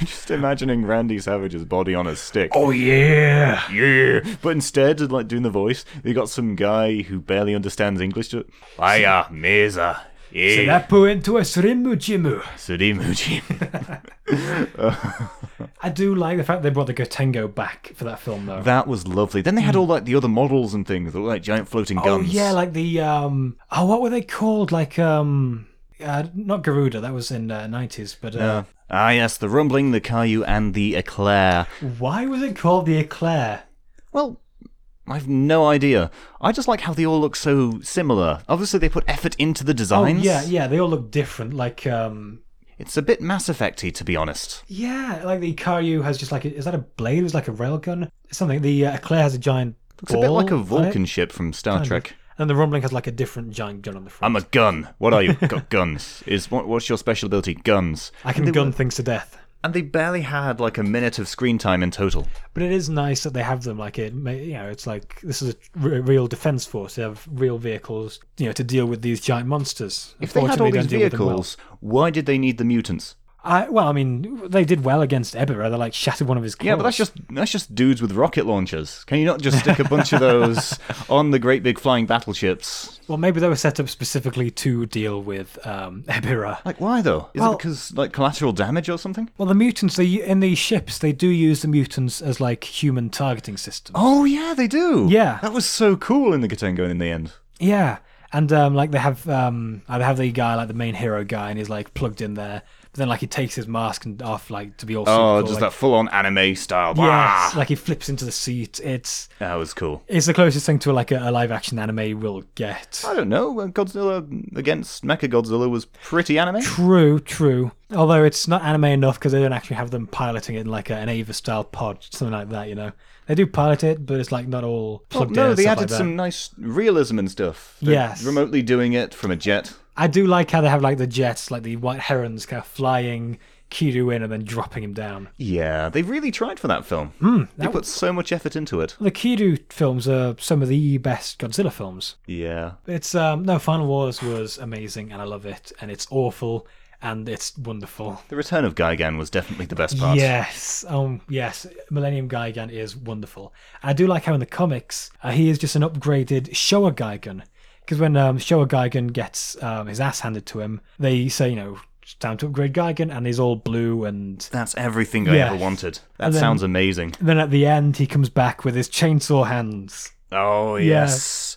Speaker 2: Just imagining Randy Savage's body on a stick.
Speaker 1: Oh yeah.
Speaker 2: yeah! But instead of like doing the voice, they got some guy who barely understands English. To Aya Meza. Yeah.
Speaker 1: Lapu into a Surimu Jimu.
Speaker 2: Sudimuji.
Speaker 1: I do like the fact they brought the Gotengo back for that film, though.
Speaker 2: That was lovely. Then they had all like the other models and things, that were, like giant floating
Speaker 1: Oh
Speaker 2: guns.
Speaker 1: yeah, like the um oh what were they called? Like um uh, not Garuda, that was in nineties, but uh,
Speaker 2: Uh, ah yes, the rumbling, the Caillou, and the Eclair.
Speaker 1: why was it called the Eclair?
Speaker 2: Well, I've no idea. I just like how they all look so similar. Obviously, they put effort into the
Speaker 1: Oh
Speaker 2: designs.
Speaker 1: yeah, yeah, they all look different. Like um
Speaker 2: It's a bit Mass Effecty, to be honest.
Speaker 1: yeah, like the Karyu has just like a, is that a blade? It's like a railgun? Something. The uh, Eclair has a giant
Speaker 2: Looks a bit like
Speaker 1: ball
Speaker 2: a
Speaker 1: on it,
Speaker 2: Vulcan ship from Star
Speaker 1: kind of.
Speaker 2: Trek.
Speaker 1: and the Rumbling has like a different giant gun on the front.
Speaker 2: I'm a gun. What are you? Got guns. Is what, what's your special ability? Guns.
Speaker 1: I can
Speaker 2: And they-
Speaker 1: gun things to death.
Speaker 2: And they barely had like a minute of screen time in total.
Speaker 1: But it is nice that they have them. Like it, ma- you know, it's like this is a re- real defense force. They have real vehicles, you know, to deal with these giant monsters.
Speaker 2: If they had all
Speaker 1: Unfortunately,
Speaker 2: these
Speaker 1: don't deal with them well.
Speaker 2: vehicles, why did they need the mutants?
Speaker 1: I, well, I mean, they did well against Ebera. They like shattered one of his. Claws.
Speaker 2: Yeah, but that's just that's just dudes with rocket launchers. Can you not just stick a bunch of those on the great big flying battleships?
Speaker 1: Well, maybe they were set up specifically to deal with um, Ebera.
Speaker 2: Like why though? Is
Speaker 1: Well-
Speaker 2: it because like collateral damage or something?
Speaker 1: Well, the mutants they in these ships they do use the mutants as like human targeting systems.
Speaker 2: Oh yeah, they do.
Speaker 1: Yeah.
Speaker 2: that was so cool in the Katengo in the end.
Speaker 1: Yeah, and um, like they have um, uh, they have the guy like the main hero guy, and he's like plugged in there. But then like he takes his mask and off like to be all. super
Speaker 2: Oh,
Speaker 1: cool,
Speaker 2: just
Speaker 1: like,
Speaker 2: that full on anime style.
Speaker 1: Yes,
Speaker 2: Ah,
Speaker 1: like he flips into the seat. It's
Speaker 2: that was cool.
Speaker 1: it's the closest thing to like a, a live action anime will get.
Speaker 2: I don't know. Uh, Godzilla against Mechagodzilla was pretty anime.
Speaker 1: True, true. Although it's not anime enough because they don't actually have them piloting it in like a, an Ava style pod, something like that. You know, they do pilot it, but it's like not all
Speaker 2: Well,
Speaker 1: plugged in.
Speaker 2: no,
Speaker 1: and
Speaker 2: they
Speaker 1: stuff like
Speaker 2: added
Speaker 1: that.
Speaker 2: some nice realism and stuff. They're
Speaker 1: Yes.
Speaker 2: remotely doing it from a jet.
Speaker 1: I do like how they have like the jets, like the white herons, kind of flying Kiru in and then dropping him down.
Speaker 2: Yeah, they really tried for Hmm, that film. they put so much effort into it.
Speaker 1: The Kiru films are some of the best Godzilla films.
Speaker 2: Yeah.
Speaker 1: It's um no Final Wars was amazing and I love it and it's awful and it's wonderful.
Speaker 2: The return of Gigan was definitely the best part.
Speaker 1: Yes, um, yes. Millennium Gigan is wonderful. I do like how in the comics uh, he is just an upgraded Showa Gigan because when um, Showa Gigan gets um, his ass handed to him, they say you know it's time to upgrade Gigan and he's all blue and
Speaker 2: That's everything I
Speaker 1: Yeah.
Speaker 2: ever wanted. That
Speaker 1: And then-
Speaker 2: sounds amazing.
Speaker 1: And then at the end, he comes back with his chainsaw hands.
Speaker 2: Oh,
Speaker 1: Yeah.
Speaker 2: yes.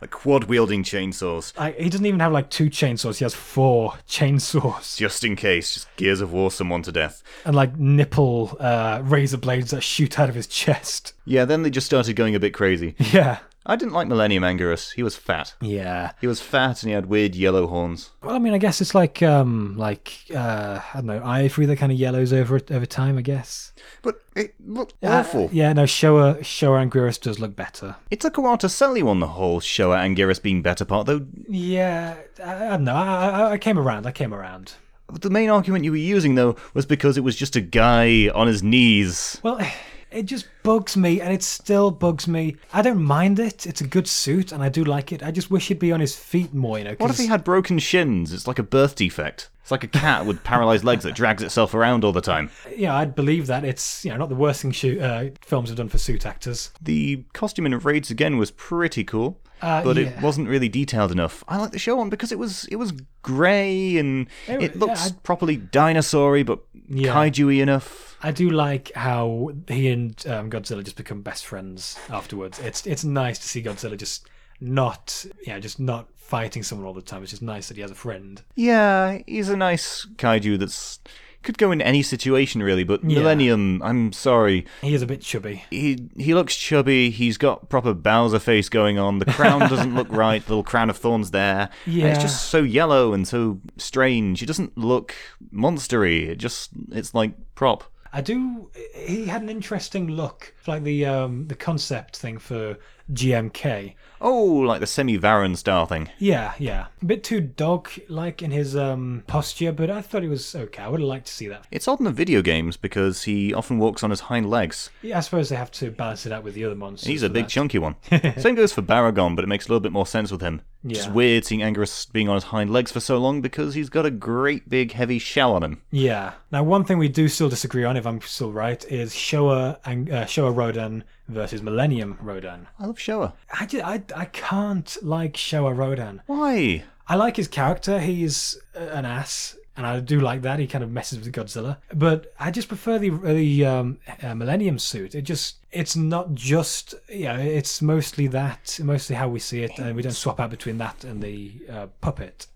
Speaker 2: Like quad wielding chainsaws.
Speaker 1: I, he doesn't even have like two chainsaws, he has four chainsaws.
Speaker 2: Just in case, just Gears of War someone to death.
Speaker 1: And like nipple uh, razor blades that shoot out of his chest.
Speaker 2: Yeah, then they just started going a bit crazy.
Speaker 1: Yeah.
Speaker 2: I didn't like Millennium Angerus. He was fat.
Speaker 1: Yeah.
Speaker 2: He was fat and he had weird yellow horns.
Speaker 1: Well, I mean, I guess it's like, um, like, uh, I don't know, ivory that kind of yellows over over time, I guess.
Speaker 2: But it looked
Speaker 1: Uh,
Speaker 2: awful.
Speaker 1: yeah, no, Showa, Showa and Gurus does look better.
Speaker 2: It took a while to sell you on the whole Showa Angerus being better part, though
Speaker 1: Yeah, I, I don't know. I, I, I came around. I came around.
Speaker 2: the main argument you were using, though, was because it was just a guy on his knees.
Speaker 1: Well, it just bugs me, and it still bugs me. I don't mind it. It's a good suit, and I do like it. I just wish he'd be on his feet more, you know.
Speaker 2: What
Speaker 1: 'cause-
Speaker 2: if he had broken shins? It's like a birth defect. It's like a cat with paralyzed legs that drags itself around all the time.
Speaker 1: Yeah, I'd believe that. It's you know not the worst thing shoot, uh, films have done for suit actors.
Speaker 2: The costume in Raids Again was pretty cool,
Speaker 1: Uh,
Speaker 2: but it
Speaker 1: yeah.
Speaker 2: wasn't really detailed enough. I like the show on because it was it was grey and
Speaker 1: It-
Speaker 2: it,
Speaker 1: yeah,
Speaker 2: looks
Speaker 1: I-
Speaker 2: properly dinosaur-y but
Speaker 1: Yeah.
Speaker 2: kaiju-y enough.
Speaker 1: I do like how he and um, Godzilla just become best friends afterwards. It's it's nice to see Godzilla just not you know just not fighting someone all the time. It's just nice that he has a friend.
Speaker 2: Yeah, he's a nice kaiju that's could go in any situation really, but Millennium, I'm sorry,
Speaker 1: He is a bit chubby.
Speaker 2: he he looks chubby. He's got proper Bowser face going on. The crown doesn't look right. The little crown of thorns there. And
Speaker 1: Yeah.
Speaker 2: it's just so yellow and so strange. It doesn't look monstery. It just it's like prop.
Speaker 1: I do. He had an interesting look, like the um, the concept thing for GMK.
Speaker 2: Oh, like the semi Varan style thing.
Speaker 1: Yeah, yeah, a bit too dog-like in his um, posture, but I thought he was okay. I would have liked to see that.
Speaker 2: It's odd in the video games because he often walks on his hind legs.
Speaker 1: Yeah, I suppose they have to balance it out with the other monsters.
Speaker 2: He's a
Speaker 1: for
Speaker 2: big
Speaker 1: that.
Speaker 2: chunky one. Same goes for Baragon, but it makes a little bit more sense with him. It's
Speaker 1: Yeah.
Speaker 2: weird seeing Angerus being on his hind legs for so long because he's got a great big heavy shell on him.
Speaker 1: Yeah. Now, one thing we do still disagree on, if I'm still right, is Showa and uh, Showa Rodan versus Millennium Rodan.
Speaker 2: I love Showa.
Speaker 1: I, ju- I, I can't like Showa Rodan.
Speaker 2: Why?
Speaker 1: I like his character. He's uh, an ass, and I do like that. He kind of messes with Godzilla, but I just prefer the the um, uh, Millennium suit. It just it's not just yeah. It's mostly that, mostly how we see it, and we don't swap out between that and the uh, puppet.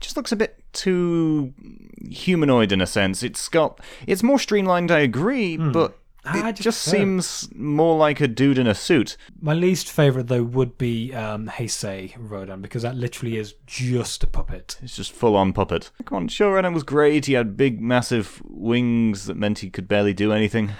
Speaker 2: just looks a bit too humanoid in a sense. It's got it's more streamlined, I agree, but it
Speaker 1: I
Speaker 2: just,
Speaker 1: just prefer it.
Speaker 2: seems more like a dude in a suit.
Speaker 1: My least favorite though would be um, Heisei Rodan because that literally is just a puppet.
Speaker 2: It's just full on puppet. Come on, sure, Ronan was great. He had big, massive wings that meant he could barely do anything.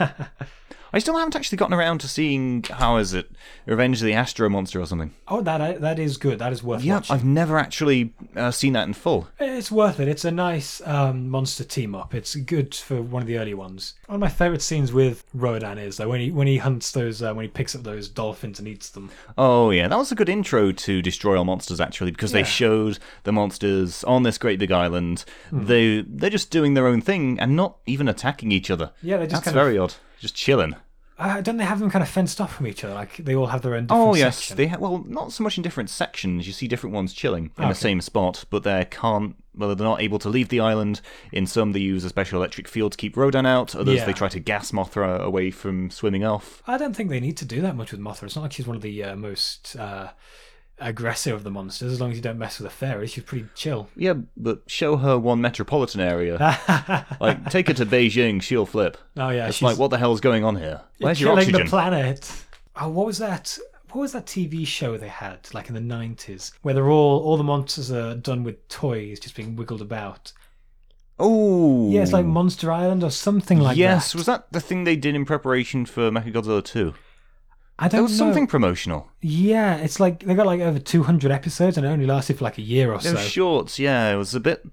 Speaker 2: I still haven't actually gotten around to seeing how is it Revenge of the Astro Monster or something.
Speaker 1: Oh, that that is good. That is worth
Speaker 2: Yeah,
Speaker 1: watching.
Speaker 2: I've never actually uh, seen that in full.
Speaker 1: It's worth it. It's a nice um, monster team up. It's good for one of the early ones. One of my favorite scenes with Rodan is though when he when he hunts those uh, when he picks up those dolphins and eats them.
Speaker 2: Oh yeah, that was a good intro to Destroy All Monsters actually, because
Speaker 1: Yeah.
Speaker 2: they showed the monsters on this great big island.
Speaker 1: Hmm.
Speaker 2: They they're just doing their own thing and not even attacking each other.
Speaker 1: Yeah, they just
Speaker 2: That's
Speaker 1: kind of-
Speaker 2: very odd. Just chilling.
Speaker 1: Uh, don't they have them kind of fenced off from each other? Like they all have their own. Different
Speaker 2: Oh yes,
Speaker 1: section?
Speaker 2: they ha- well not so much in different sections. You see different ones chilling in
Speaker 1: Okay.
Speaker 2: the same spot, but they can't. Well, they're not able to leave the island. In some, they use a special electric field to keep Rodan out. Others,
Speaker 1: Yeah.
Speaker 2: they try to gas Mothra away from swimming off.
Speaker 1: I don't think they need to do that much with Mothra. It's not like she's one of the uh, most uh, aggressive of the monsters. As long as you don't mess with her fairies, she's pretty chill.
Speaker 2: Yeah, but show her one metropolitan area. like, take her to Beijing, she'll flip.
Speaker 1: Oh yeah,
Speaker 2: It's
Speaker 1: she's
Speaker 2: like, what the hell's going on here?
Speaker 1: you're
Speaker 2: Where's your
Speaker 1: killing
Speaker 2: oxygen?
Speaker 1: the planet. Oh, what was that? What was that TV show they had like in the nineties where they're all all the monsters are done with toys just being wiggled about?
Speaker 2: oh,
Speaker 1: Yeah, it's like Monster Island or something like
Speaker 2: yes,
Speaker 1: that.
Speaker 2: was that the thing they did in preparation for Mechagodzilla 2?
Speaker 1: I
Speaker 2: There
Speaker 1: don't
Speaker 2: was
Speaker 1: know.
Speaker 2: something promotional.
Speaker 1: Yeah, it's like they got like over two hundred episodes and it only lasted for like a year or
Speaker 2: Those
Speaker 1: so.
Speaker 2: shorts, yeah, it was a bit.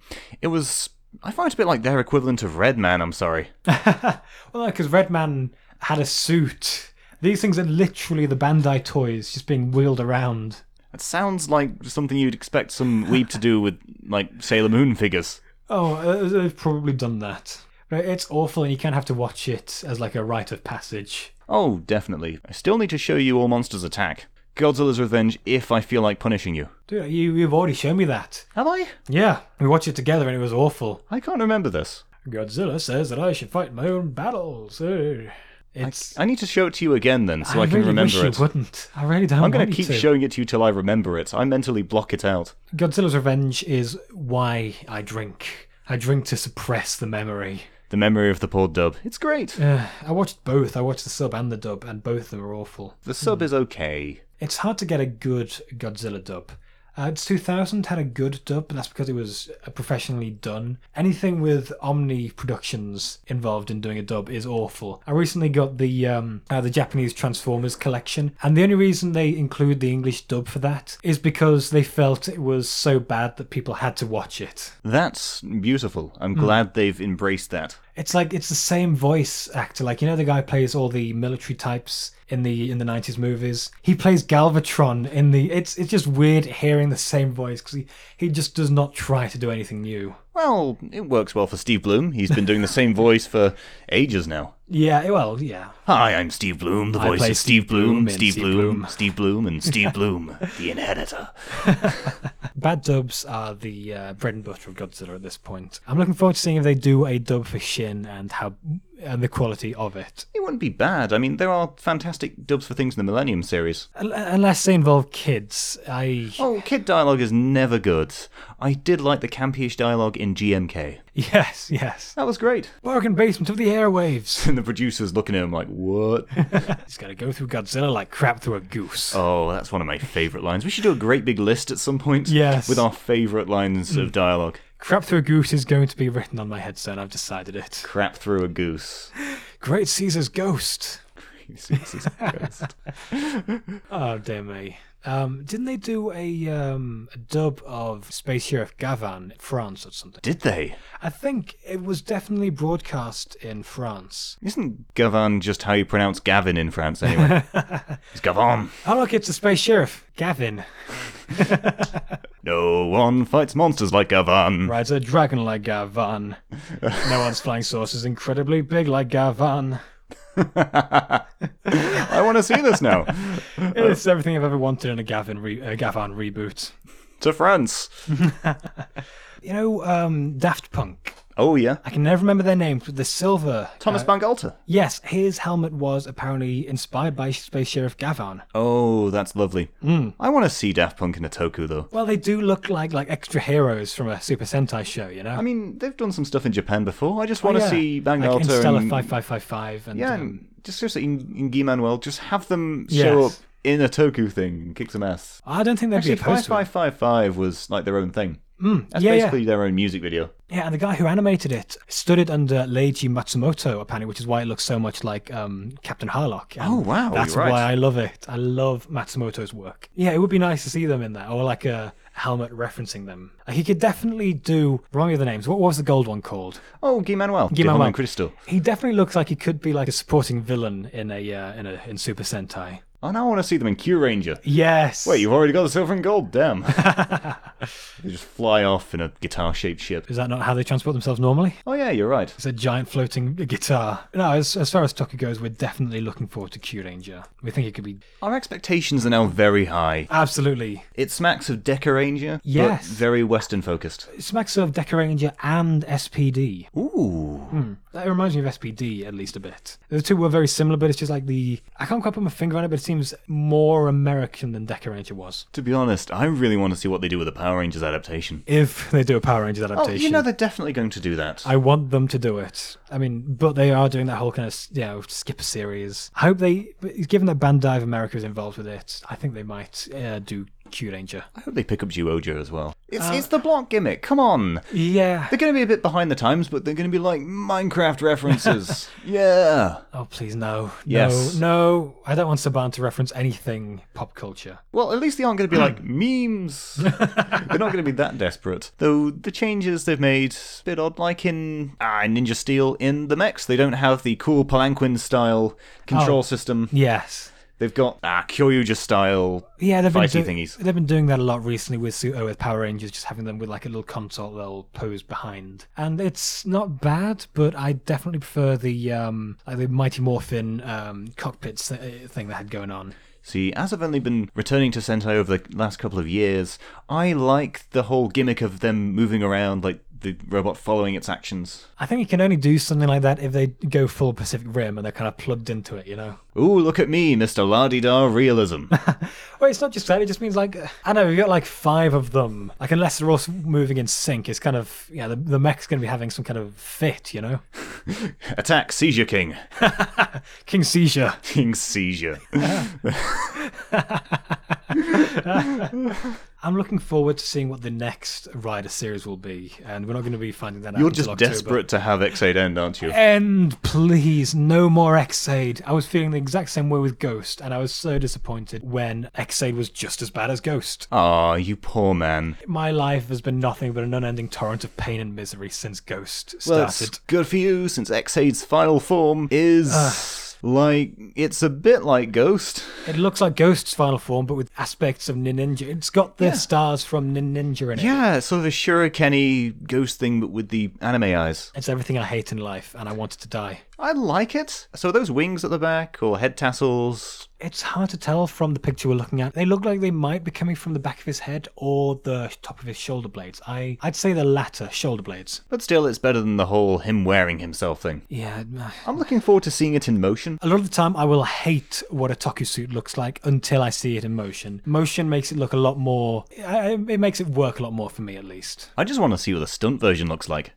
Speaker 2: It was. I find it a bit like their equivalent of Red Man. I'm sorry.
Speaker 1: well, because Redman had a suit. These things are literally the Bandai toys just being wheeled around.
Speaker 2: It sounds like something you'd expect some weeb to do with like Sailor Moon figures.
Speaker 1: Oh, uh, they've probably done that. But it's awful, and you can have to watch it as like a rite of passage.
Speaker 2: Oh, definitely. I still need to show you All Monsters Attack, Godzilla's Revenge, if I feel like punishing you.
Speaker 1: Dude, you, you've already shown me that.
Speaker 2: Have I?
Speaker 1: Yeah, we watched it together and it was awful.
Speaker 2: I can't remember this.
Speaker 1: Godzilla says that I should fight my own battles. eh. It's.
Speaker 2: I need to show it to you again then, so I, can
Speaker 1: really
Speaker 2: remember
Speaker 1: wish
Speaker 2: it.
Speaker 1: you wouldn't. I really don't
Speaker 2: I'm
Speaker 1: going to
Speaker 2: keep showing it to you till I remember it. I mentally block it out.
Speaker 1: Godzilla's Revenge is why I drink. I drink to suppress the memory.
Speaker 2: The memory of the poor dub. It's great.
Speaker 1: Uh, I watched both. I watched the sub and the dub, and both of them are awful.
Speaker 2: The sub is okay.
Speaker 1: It's hard to get a good Godzilla dub. Uh, it's 2000 had a good dub, but that's because it was uh, professionally done. Anything with Omni Productions involved in doing a dub is awful. I recently got the um, uh, the Japanese Transformers collection, and the only reason they include the English dub for that is because they felt it was so bad that people had to watch it.
Speaker 2: That's beautiful. I'm glad they've embraced that.
Speaker 1: It's like it's the same voice actor. Like you know the guy who plays all the military types in the in the nineties movies. He plays Galvatron in the. It's it's just weird hearing the same voice because he he just does not try to do anything new.
Speaker 2: Well, it works well for Steve Bloom. He's been doing the same voice for ages now.
Speaker 1: Yeah, well, yeah.
Speaker 2: Hi, I'm Steve Bloom, the
Speaker 1: I
Speaker 2: voice
Speaker 1: play
Speaker 2: of Steve Bloom,
Speaker 1: in
Speaker 2: Steve
Speaker 1: Steve
Speaker 2: Bloom,
Speaker 1: Bloom.
Speaker 2: Steve Bloom, and Steve Bloom, the inheritor.
Speaker 1: Bad dubs are the uh, bread and butter of Godzilla at this point. I'm looking forward to seeing if they do a dub for Shin and how and the quality of it,
Speaker 2: It wouldn't be bad. I mean, there are fantastic dubs for things in the Millennium series.
Speaker 1: Un- unless they involve kids. I
Speaker 2: Oh, kid dialogue is never good. I did like the campyish dialogue in GMK.
Speaker 1: yes, yes.
Speaker 2: That was great.
Speaker 1: Bargain basement of the airwaves.
Speaker 2: And the producer's looking at him like, what?
Speaker 1: He's got to go through Godzilla like crap through a goose.
Speaker 2: oh, that's one of my favourite lines. We should do a great big list at some point.
Speaker 1: Yes. Mm.
Speaker 2: With our favourite lines of dialogue.
Speaker 1: Crap Through a Goose is going to be written on my headstone. I've decided it.
Speaker 2: Crap through a goose.
Speaker 1: Great Caesar's Ghost.
Speaker 2: Jesus Christ.
Speaker 1: Oh, dear me. Um, didn't they do a, um, a dub of Space Sheriff Gavan in France or something?
Speaker 2: Did they?
Speaker 1: I think it was definitely broadcast in France.
Speaker 2: Isn't Gavin just how you pronounce Gavin in France anyway? it's Gavin.
Speaker 1: Oh, look, it's a Space Sheriff. Gavin
Speaker 2: No one fights monsters like Gavin.
Speaker 1: rides a dragon like Gavan. No one's flying saucers incredibly big like Gavan.
Speaker 2: I want to see this now.
Speaker 1: It's everything I've ever wanted in a Gavin re- uh, Gavan reboot.
Speaker 2: to France.
Speaker 1: You know, um, Daft Punk.
Speaker 2: Oh, yeah.
Speaker 1: I can never remember their names, but the silver
Speaker 2: Thomas Bangalter.
Speaker 1: Yes, his helmet was apparently inspired by Space Sheriff Gavan.
Speaker 2: Oh, that's lovely.
Speaker 1: Mm.
Speaker 2: I want to see Daft Punk in a toku, though.
Speaker 1: Well, they do look like like extra heroes from a Super Sentai show, you know.
Speaker 2: I mean, they've done some stuff in Japan before. I just want to see
Speaker 1: Oh, like
Speaker 2: Bangalter
Speaker 1: Interstellar
Speaker 2: and
Speaker 1: five five five five, and
Speaker 2: yeah,
Speaker 1: um,
Speaker 2: and just seriously in, in Giman World, just have them show
Speaker 1: Yes.
Speaker 2: up in a toku thing and kick some ass.
Speaker 1: I don't think there'd
Speaker 2: Actually,
Speaker 1: be opposed to it.
Speaker 2: five five five five was like their own thing. That's
Speaker 1: Hmm, yeah, yeah.
Speaker 2: basically their own music video.
Speaker 1: Yeah, and the guy who animated it studied under Leiji Matsumoto, apparently, which is why it looks so much like um, Captain Harlock. And
Speaker 2: Oh, wow,
Speaker 1: That's
Speaker 2: you're right.
Speaker 1: why I love it. I love Matsumoto's work. Yeah, it would be nice to see them in there, or like a helmet referencing them. He could definitely do. Remind me of the names. What was the gold one called?
Speaker 2: Oh, Guy Manuel. Guy
Speaker 1: Manuel.
Speaker 2: Crystal.
Speaker 1: He definitely looks like he could be like a supporting villain in a uh, in a in Super Sentai.
Speaker 2: Oh, now I want to see them in Q Ranger.
Speaker 1: Yes.
Speaker 2: Wait, you've already got the silver and gold? Damn. they just fly off in a guitar shaped ship.
Speaker 1: Is that not how they transport themselves normally?
Speaker 2: Oh, yeah, you're right.
Speaker 1: It's a giant floating guitar. No, as, as far as Tucker goes, we're definitely looking forward to Q Ranger. We think it could be
Speaker 2: Our expectations are now very high.
Speaker 1: absolutely
Speaker 2: It smacks of Deca Ranger,
Speaker 1: Yes.
Speaker 2: but very Western focused.
Speaker 1: It smacks of Deca Ranger and SPD.
Speaker 2: Ooh.
Speaker 1: That reminds me of SPD at least a bit. The two were very similar, but it's just like the I can't quite put my finger on it, but it seems more American than Deca Ranger was.
Speaker 2: To be honest, I really want to see what they do with the Power Rangers adaptation.
Speaker 1: If they do a Power Rangers
Speaker 2: Oh,
Speaker 1: adaptation,
Speaker 2: you know they're definitely going to do that.
Speaker 1: I want them to do it. I mean, but they are doing that whole kind of you know skip a series. I hope they, given that Bandai of America is involved with it, I think they might uh, do Q Ranger.
Speaker 2: I hope they pick up Juoja as well. Uh, It's, it's the block gimmick. Come on.
Speaker 1: Yeah.
Speaker 2: They're going to be a bit behind the times, but they're going to be like Minecraft references. yeah.
Speaker 1: Oh please no.
Speaker 2: Yes.
Speaker 1: No. No. I don't want Saban to reference anything pop culture.
Speaker 2: Well, at least they aren't going to be like memes. they're not going to be that desperate. Though the changes they've made a bit odd, like in ah, Ninja Steel in the mechs, they don't have the cool Palanquin style control system.
Speaker 1: Yes.
Speaker 2: They've got ah, Kyoryuja style.
Speaker 1: Yeah, they've been,
Speaker 2: Fighty
Speaker 1: doing-
Speaker 2: thingies.
Speaker 1: they've been doing that a lot recently with Suto with Power Rangers, just having them with like a little console they'll pose behind, and it's not bad, but I definitely prefer the um like the Mighty Morphin um cockpit s- uh, thing they had going on.
Speaker 2: See, as I've only been returning to Sentai over the last couple of years, I like the whole gimmick of them moving around, like the robot following its actions.
Speaker 1: I think you can only do something like that if they go full Pacific Rim and they're kind of plugged into it, you know.
Speaker 2: Ooh, look at me, Mr. La-di-da realism.
Speaker 1: Well, it's not just that; it just means like I don't know. You've got like five of them. Like unless they're all s- moving in sync, it's kind of yeah. The, the mech's going to be having some kind of fit, you know.
Speaker 2: Attack Seizure King.
Speaker 1: King Seizure.
Speaker 2: King Seizure.
Speaker 1: I'm looking forward to seeing what the next Rider series will be, and we're not going to be finding that out.
Speaker 2: You're
Speaker 1: until
Speaker 2: just
Speaker 1: October.
Speaker 2: desperate to have X8 end, aren't you?
Speaker 1: End, please. No more Xade. I was feeling the exact same way with Ghost, and I was so disappointed when Xade was just as bad as Ghost.
Speaker 2: Ah, you poor man.
Speaker 1: My life has been nothing but an unending torrent of pain and misery since Ghost
Speaker 2: Well,
Speaker 1: started.
Speaker 2: it's good for you since X8's final form is like it's a bit like Ghost.
Speaker 1: It looks like Ghost's final form, but with aspects of Ninja. It's got the stars from Ninja in it.
Speaker 2: Yeah, it's sort of a shurikenny ghost thing, but with the anime eyes.
Speaker 1: It's everything I hate in life, and I wanted to die.
Speaker 2: I like it. So those wings at the back or head tassels.
Speaker 1: It's hard to tell from the picture we're looking at. They look like they might be coming from the back of his head or the top of his shoulder blades. I, I'd say the latter, shoulder blades.
Speaker 2: But still, it's better than the whole him wearing himself thing.
Speaker 1: Yeah. uh,
Speaker 2: I'm looking forward to seeing it in motion.
Speaker 1: A lot of the time, I will hate what a Toku suit looks like until I see it in motion. Motion makes it look a lot more. I- I- It makes it work a lot more for me, at least.
Speaker 2: I just want to see what the stunt version looks like.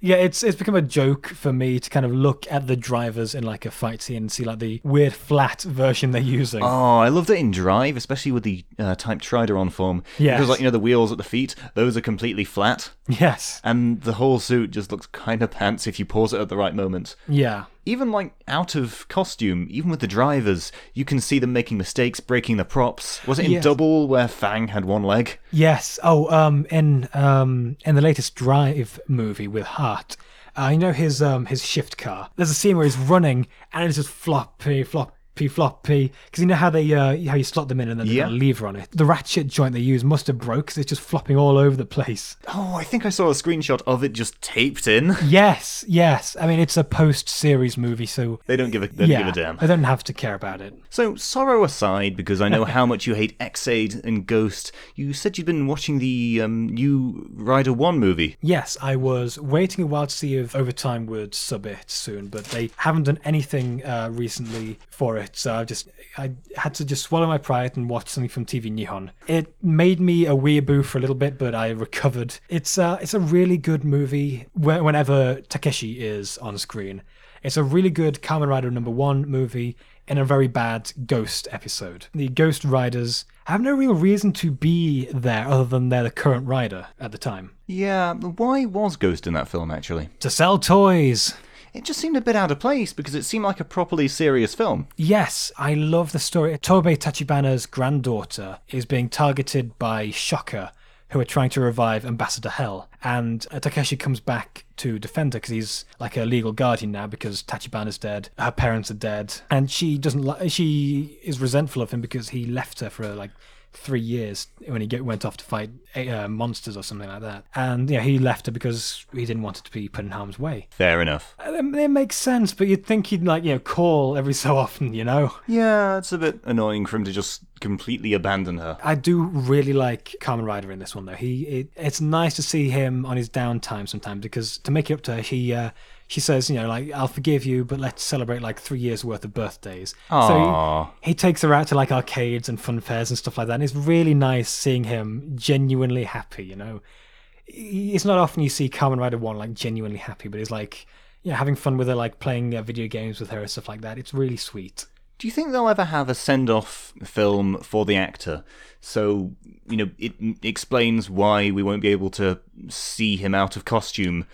Speaker 1: Yeah, it's it's become a joke for me to kind of look at the drivers in like a fight scene and see like the weird flat version they're using.
Speaker 2: Oh, I loved it in Drive, especially with the uh, Type Trideron form.
Speaker 1: Yes.
Speaker 2: Because, like, you know, the wheels at the feet, those are completely flat.
Speaker 1: Yes.
Speaker 2: And the whole suit just looks kind of pants if you pause it at the right moment.
Speaker 1: Yeah.
Speaker 2: Even, like, out of costume, even with the drivers, you can see them making mistakes, breaking the props. Was it in
Speaker 1: Yes.
Speaker 2: Double where Fang had one leg?
Speaker 1: Yes. Oh, um, in um, in the latest Drive movie with Hart, uh, you know his um, his shift car. There's a scene where he's running and it's just floppy, floppy, floppy. Because you know how they uh, how you slot them in and then
Speaker 2: Yeah.
Speaker 1: they got a lever on it. The ratchet joint they use must have broke because it's just flopping all over the place.
Speaker 2: Oh, I think I saw a screenshot of it just taped in.
Speaker 1: Yes, yes. I mean, it's a post-series movie, so
Speaker 2: They don't give a, they don't
Speaker 1: yeah,
Speaker 2: give a damn.
Speaker 1: I don't have to care about it.
Speaker 2: So, sorrow aside, because I know how much you hate Xade and Ghost, you said you'd been watching the um, new Rider 1 movie.
Speaker 1: Yes, I was waiting a while to see if Overtime would sub it soon, but they haven't done anything uh, recently for it. So I just I had to just swallow my pride and watch something from TV Nihon. It made me a weeaboo for a little bit, but I recovered. It's uh, it's a really good movie. Wh- Whenever Takeshi is on screen, it's a really good Kamen Rider number one movie. in a very bad ghost episode. The ghost riders have no real reason to be there other than they're the current rider at the time.
Speaker 2: Yeah, why was Ghost in that film actually?
Speaker 1: To sell toys.
Speaker 2: It just seemed a bit out of place because it seemed like a properly serious film.
Speaker 1: Yes, I love the story. Tobe Tachibana's granddaughter is being targeted by Shocker, who are trying to revive Ambassador Hell. And uh, Takeshi comes back to defend her because he's like a legal guardian now because Tachibana's dead, her parents are dead, and she doesn't. Li- she is resentful of him because he left her for like three years when he get, went off to fight uh, monsters or something like that. And yeah, he left her because he didn't want her to be put in harm's way.
Speaker 2: Fair enough.
Speaker 1: Um, It makes sense, but you'd think he'd like you know call every so often, you know.
Speaker 2: Yeah, it's a bit annoying for him to just completely abandon her.
Speaker 1: I do really like Carmen Ryder in this one though. He it, it's nice to see him on his downtime sometimes because to make it up to her, he uh, she says you know like I'll forgive you, but let's celebrate like three years worth of birthdays.
Speaker 2: Aww.
Speaker 1: So he, he takes her out to like arcades and fun fairs and stuff like that, and it's really nice seeing him genuinely happy. You know, He- it's not often you see Carmen Ryder one like genuinely happy, but he's like yeah having fun with her, like playing uh, video games with her and stuff like that. It's really sweet.
Speaker 2: Do you think they'll ever have a send-off film for the actor? So you know, it m- explains why we won't be able to see him out of costume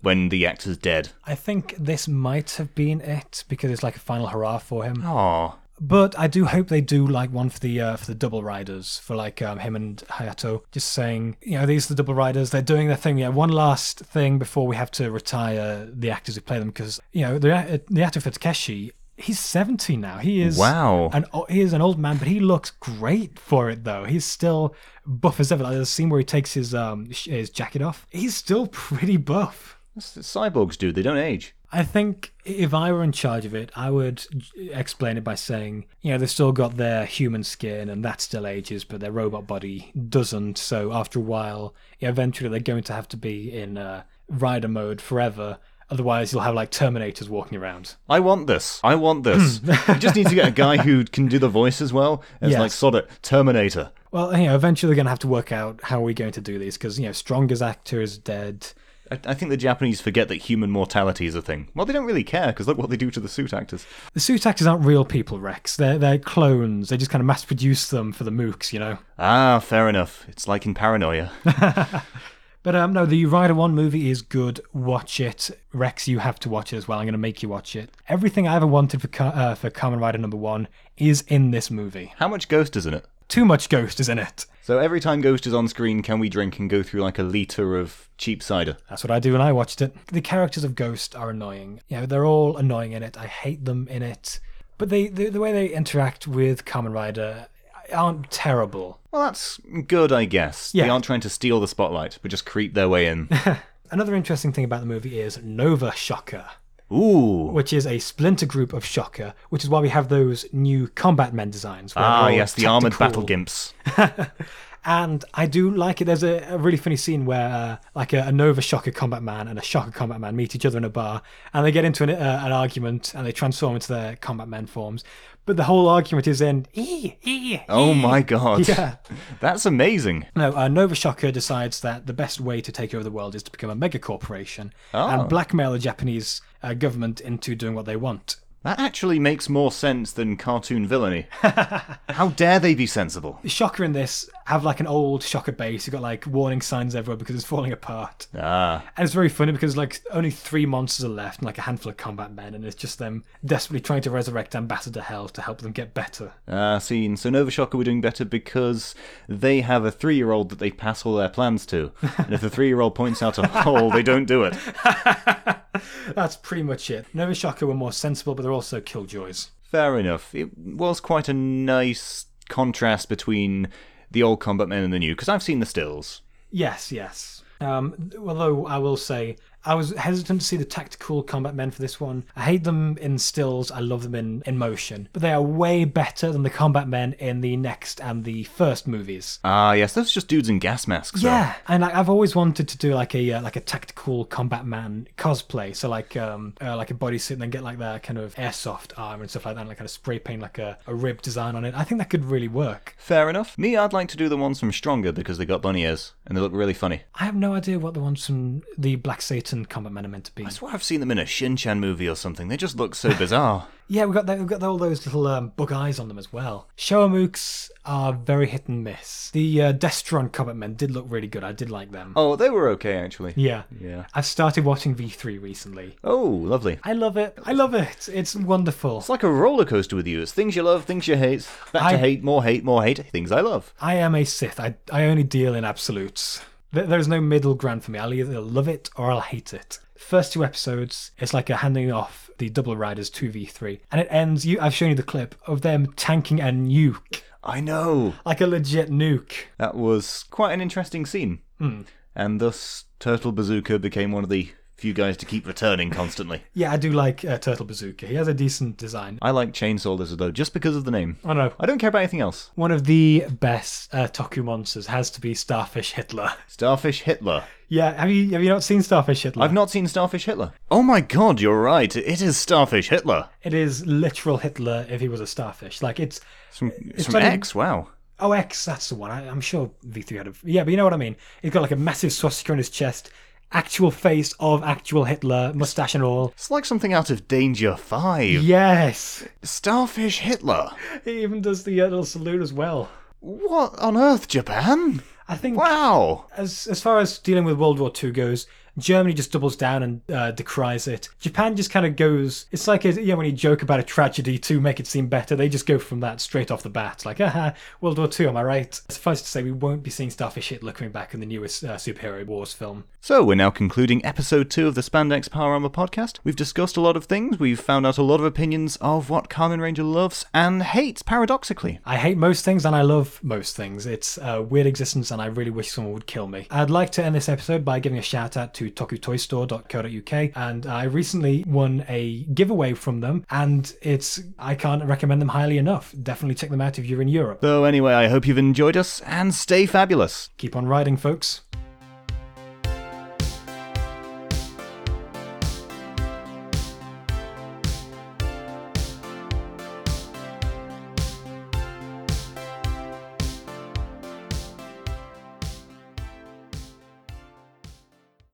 Speaker 2: when the actor's dead.
Speaker 1: I think this might have been it because it's like a final hurrah for him.
Speaker 2: Aww.
Speaker 1: But I do hope they do like one for the uh, for the double riders for like um, him and Hayato, just saying you know these are the double riders. They're doing their thing. Yeah, one last thing before we have to retire the actors who play them because you know the a- the actor for Takeshi. He's seventy now. He is
Speaker 2: Wow.
Speaker 1: An o- he is an old man, but he looks great for it though. He's still buff as ever. Like the scene where he takes his um sh- his jacket off, he's still pretty buff.
Speaker 2: That's what cyborgs do. They don't age.
Speaker 1: I think if I were in charge of it, I would explain it by saying, you know, they've still got their human skin and that still ages, but their robot body doesn't. So after a while, eventually they're going to have to be in uh, rider mode forever. Otherwise, you'll have like Terminators walking around.
Speaker 2: I want this. I want this. you just need to get a guy who can do the voice as well. It's
Speaker 1: Hmm. Yes.
Speaker 2: like sod it, Terminator.
Speaker 1: Well, you know, eventually they're going to have to work out how we're going to do these because, you know, Strongest actor is dead.
Speaker 2: I, I think the Japanese forget that human mortality is a thing. Well, they don't really care because look what they do to the suit actors.
Speaker 1: The suit actors aren't real people, Rex. They're, they're clones. They just kind of mass produce them for the mooks, you know?
Speaker 2: Ah, fair enough. It's like in Paranoia.
Speaker 1: But um, no, the Rider One movie is good. Watch it, Rex. You have to watch it as well. I'm going to make you watch it. Everything I ever wanted for Car- uh, for Kamen Rider Number One is in this movie.
Speaker 2: How much Ghost is in it?
Speaker 1: Too much ghost is in it.
Speaker 2: So every time Ghost is on screen, can we drink and go through like a liter of cheap cider?
Speaker 1: That's what I do when I watched it. The characters of Ghost are annoying. You know, they're all annoying in it. I hate them in it. But they the, the way they interact with Kamen Rider aren't terrible.
Speaker 2: Well, that's good, I guess. They
Speaker 1: Yeah.
Speaker 2: aren't trying to steal the spotlight, but just creep their way in.
Speaker 1: Another interesting thing about the movie is Nova Shocker.
Speaker 2: Ooh.
Speaker 1: which is a splinter group of Shocker, which is why we have those new combat men designs. where they're
Speaker 2: Ah,
Speaker 1: all
Speaker 2: yes, the armored
Speaker 1: tactical.
Speaker 2: battle gimps.
Speaker 1: And I do like it. There's a, a really funny scene where, uh, like, a, a Nova Shocker combat man and a Shocker combat man meet each other in a bar, and they get into an, uh, an argument, and they transform into their combat men forms. But the whole argument is in, "Ee, ee,
Speaker 2: Oh my god.
Speaker 1: Yeah.
Speaker 2: That's amazing.
Speaker 1: No, uh, Nova Shocker decides that the best way to take over the world is to become a mega corporation
Speaker 2: Oh.
Speaker 1: and blackmail the Japanese uh, government into doing what they want.
Speaker 2: That actually makes more sense than cartoon villainy. How dare they be sensible?
Speaker 1: Shocker in this have like an old Shocker base. You've got like warning signs everywhere because it's falling apart.
Speaker 2: Ah.
Speaker 1: And it's very funny because like only three monsters are left and like a handful of combat men, and it's just them desperately trying to resurrect Ambassador Hell to help them get better.
Speaker 2: Ah, seen. So Nova Shocker were doing better because they have a three year old that they pass all their plans to. And if the three year old points out a hole, they don't do it.
Speaker 1: That's pretty much it. Nova Shocker were more sensible, but they're also killjoys.
Speaker 2: Fair enough. It was quite a nice contrast between the old combat men and the new, because I've seen the stills.
Speaker 1: Yes, yes. Um, although I will say, I was hesitant to see the tactical combat men for this one. I hate them in stills. I love them in, in motion, but they are way better than the combat men in the next and the first movies.
Speaker 2: Ah, yes, those are just dudes in gas masks. though.
Speaker 1: Yeah, and like, I've always wanted to do like a uh, like a tactical combat man cosplay, so like um uh, like a bodysuit, and then get like that kind of airsoft armor and stuff like that, and like kind of spray paint like a, a rib design on it. I think that could really work.
Speaker 2: Fair enough. Me, I'd like to do the ones from Stronger because they got bunny ears and they look really funny.
Speaker 1: I have no idea what the ones from the Black Satan Titan combat men are meant to be.
Speaker 2: I swear I've seen them in a Shin Chan movie or something. They just look so bizarre.
Speaker 1: Yeah, we've got the, we've got all those little um, bug eyes on them as well. Showa mooks are very hit and miss. The uh, Destron combat men did look really good. I did like them.
Speaker 2: oh, they were okay, actually.
Speaker 1: Yeah.
Speaker 2: Yeah.
Speaker 1: I've started watching V3 recently.
Speaker 2: Oh, lovely.
Speaker 1: I love it. I love it. It's wonderful.
Speaker 2: It's like a roller coaster with you. It's things you love, things you hate, back
Speaker 1: I-
Speaker 2: to hate, more hate, more hate, things I love.
Speaker 1: I am a Sith. I, I only deal in absolutes. There- There's no middle ground for me. I'll either love it or I'll hate it. First two episodes, it's like a handing off the double riders to V3, and it ends. You, I've shown you the clip of them tanking a nuke,
Speaker 2: I know.
Speaker 1: like a legit nuke.
Speaker 2: That was quite an interesting scene. And thus, Turtle Bazooka became one of the few guys to keep returning constantly.
Speaker 1: Yeah, I do like uh, Turtle Bazooka. He has a decent design.
Speaker 2: I like Chainsaw Lizard, though, just because of the name.
Speaker 1: I don't know.
Speaker 2: I don't care about anything else.
Speaker 1: One of the best uh, Toku monsters has to be Starfish Hitler.
Speaker 2: Starfish Hitler.
Speaker 1: Yeah, have you have you not seen Starfish Hitler?
Speaker 2: I've not seen Starfish Hitler. Oh my god, you're right. It is Starfish Hitler.
Speaker 1: It is literal Hitler if he was a starfish. Like it's
Speaker 2: It's from, it's from
Speaker 1: funny-
Speaker 2: X, wow.
Speaker 1: oh X, that's the one. I, I'm sure V3 had a yeah, but you know what I mean. He's got like a massive swastika on his chest, actual face of actual Hitler, mustache and all.
Speaker 2: It's like something out of Danger 5.
Speaker 1: Yes,
Speaker 2: Starfish Hitler.
Speaker 1: he even does the uh, little salute as well.
Speaker 2: What on earth, Japan?
Speaker 1: I think
Speaker 2: Wow.
Speaker 1: as as far as dealing with World War II goes, Germany just doubles down and uh, decries it. Japan just kind of goes. It's like a, you know, when you joke about a tragedy to make it seem better, they just go from that straight off the bat. Like, aha, World War II, am I right? Suffice to say, we won't be seeing Starfish Hitler coming back in the newest uh, superhero wars film.
Speaker 2: So, we're now concluding episode two of the Spandex Power Armor podcast. We've discussed a lot of things, we've found out a lot of opinions of what Carmen Ranger loves and hates, paradoxically.
Speaker 1: I hate most things and I love most things. It's a weird existence and I really wish someone would kill me. I'd like to end this episode by giving a shout out to tokutoystore.co.uk and I recently won a giveaway from them and it's I can't recommend them highly enough. Definitely check them out if you're in Europe.
Speaker 2: So, anyway, I hope you've enjoyed us and stay fabulous.
Speaker 1: Keep on riding folks.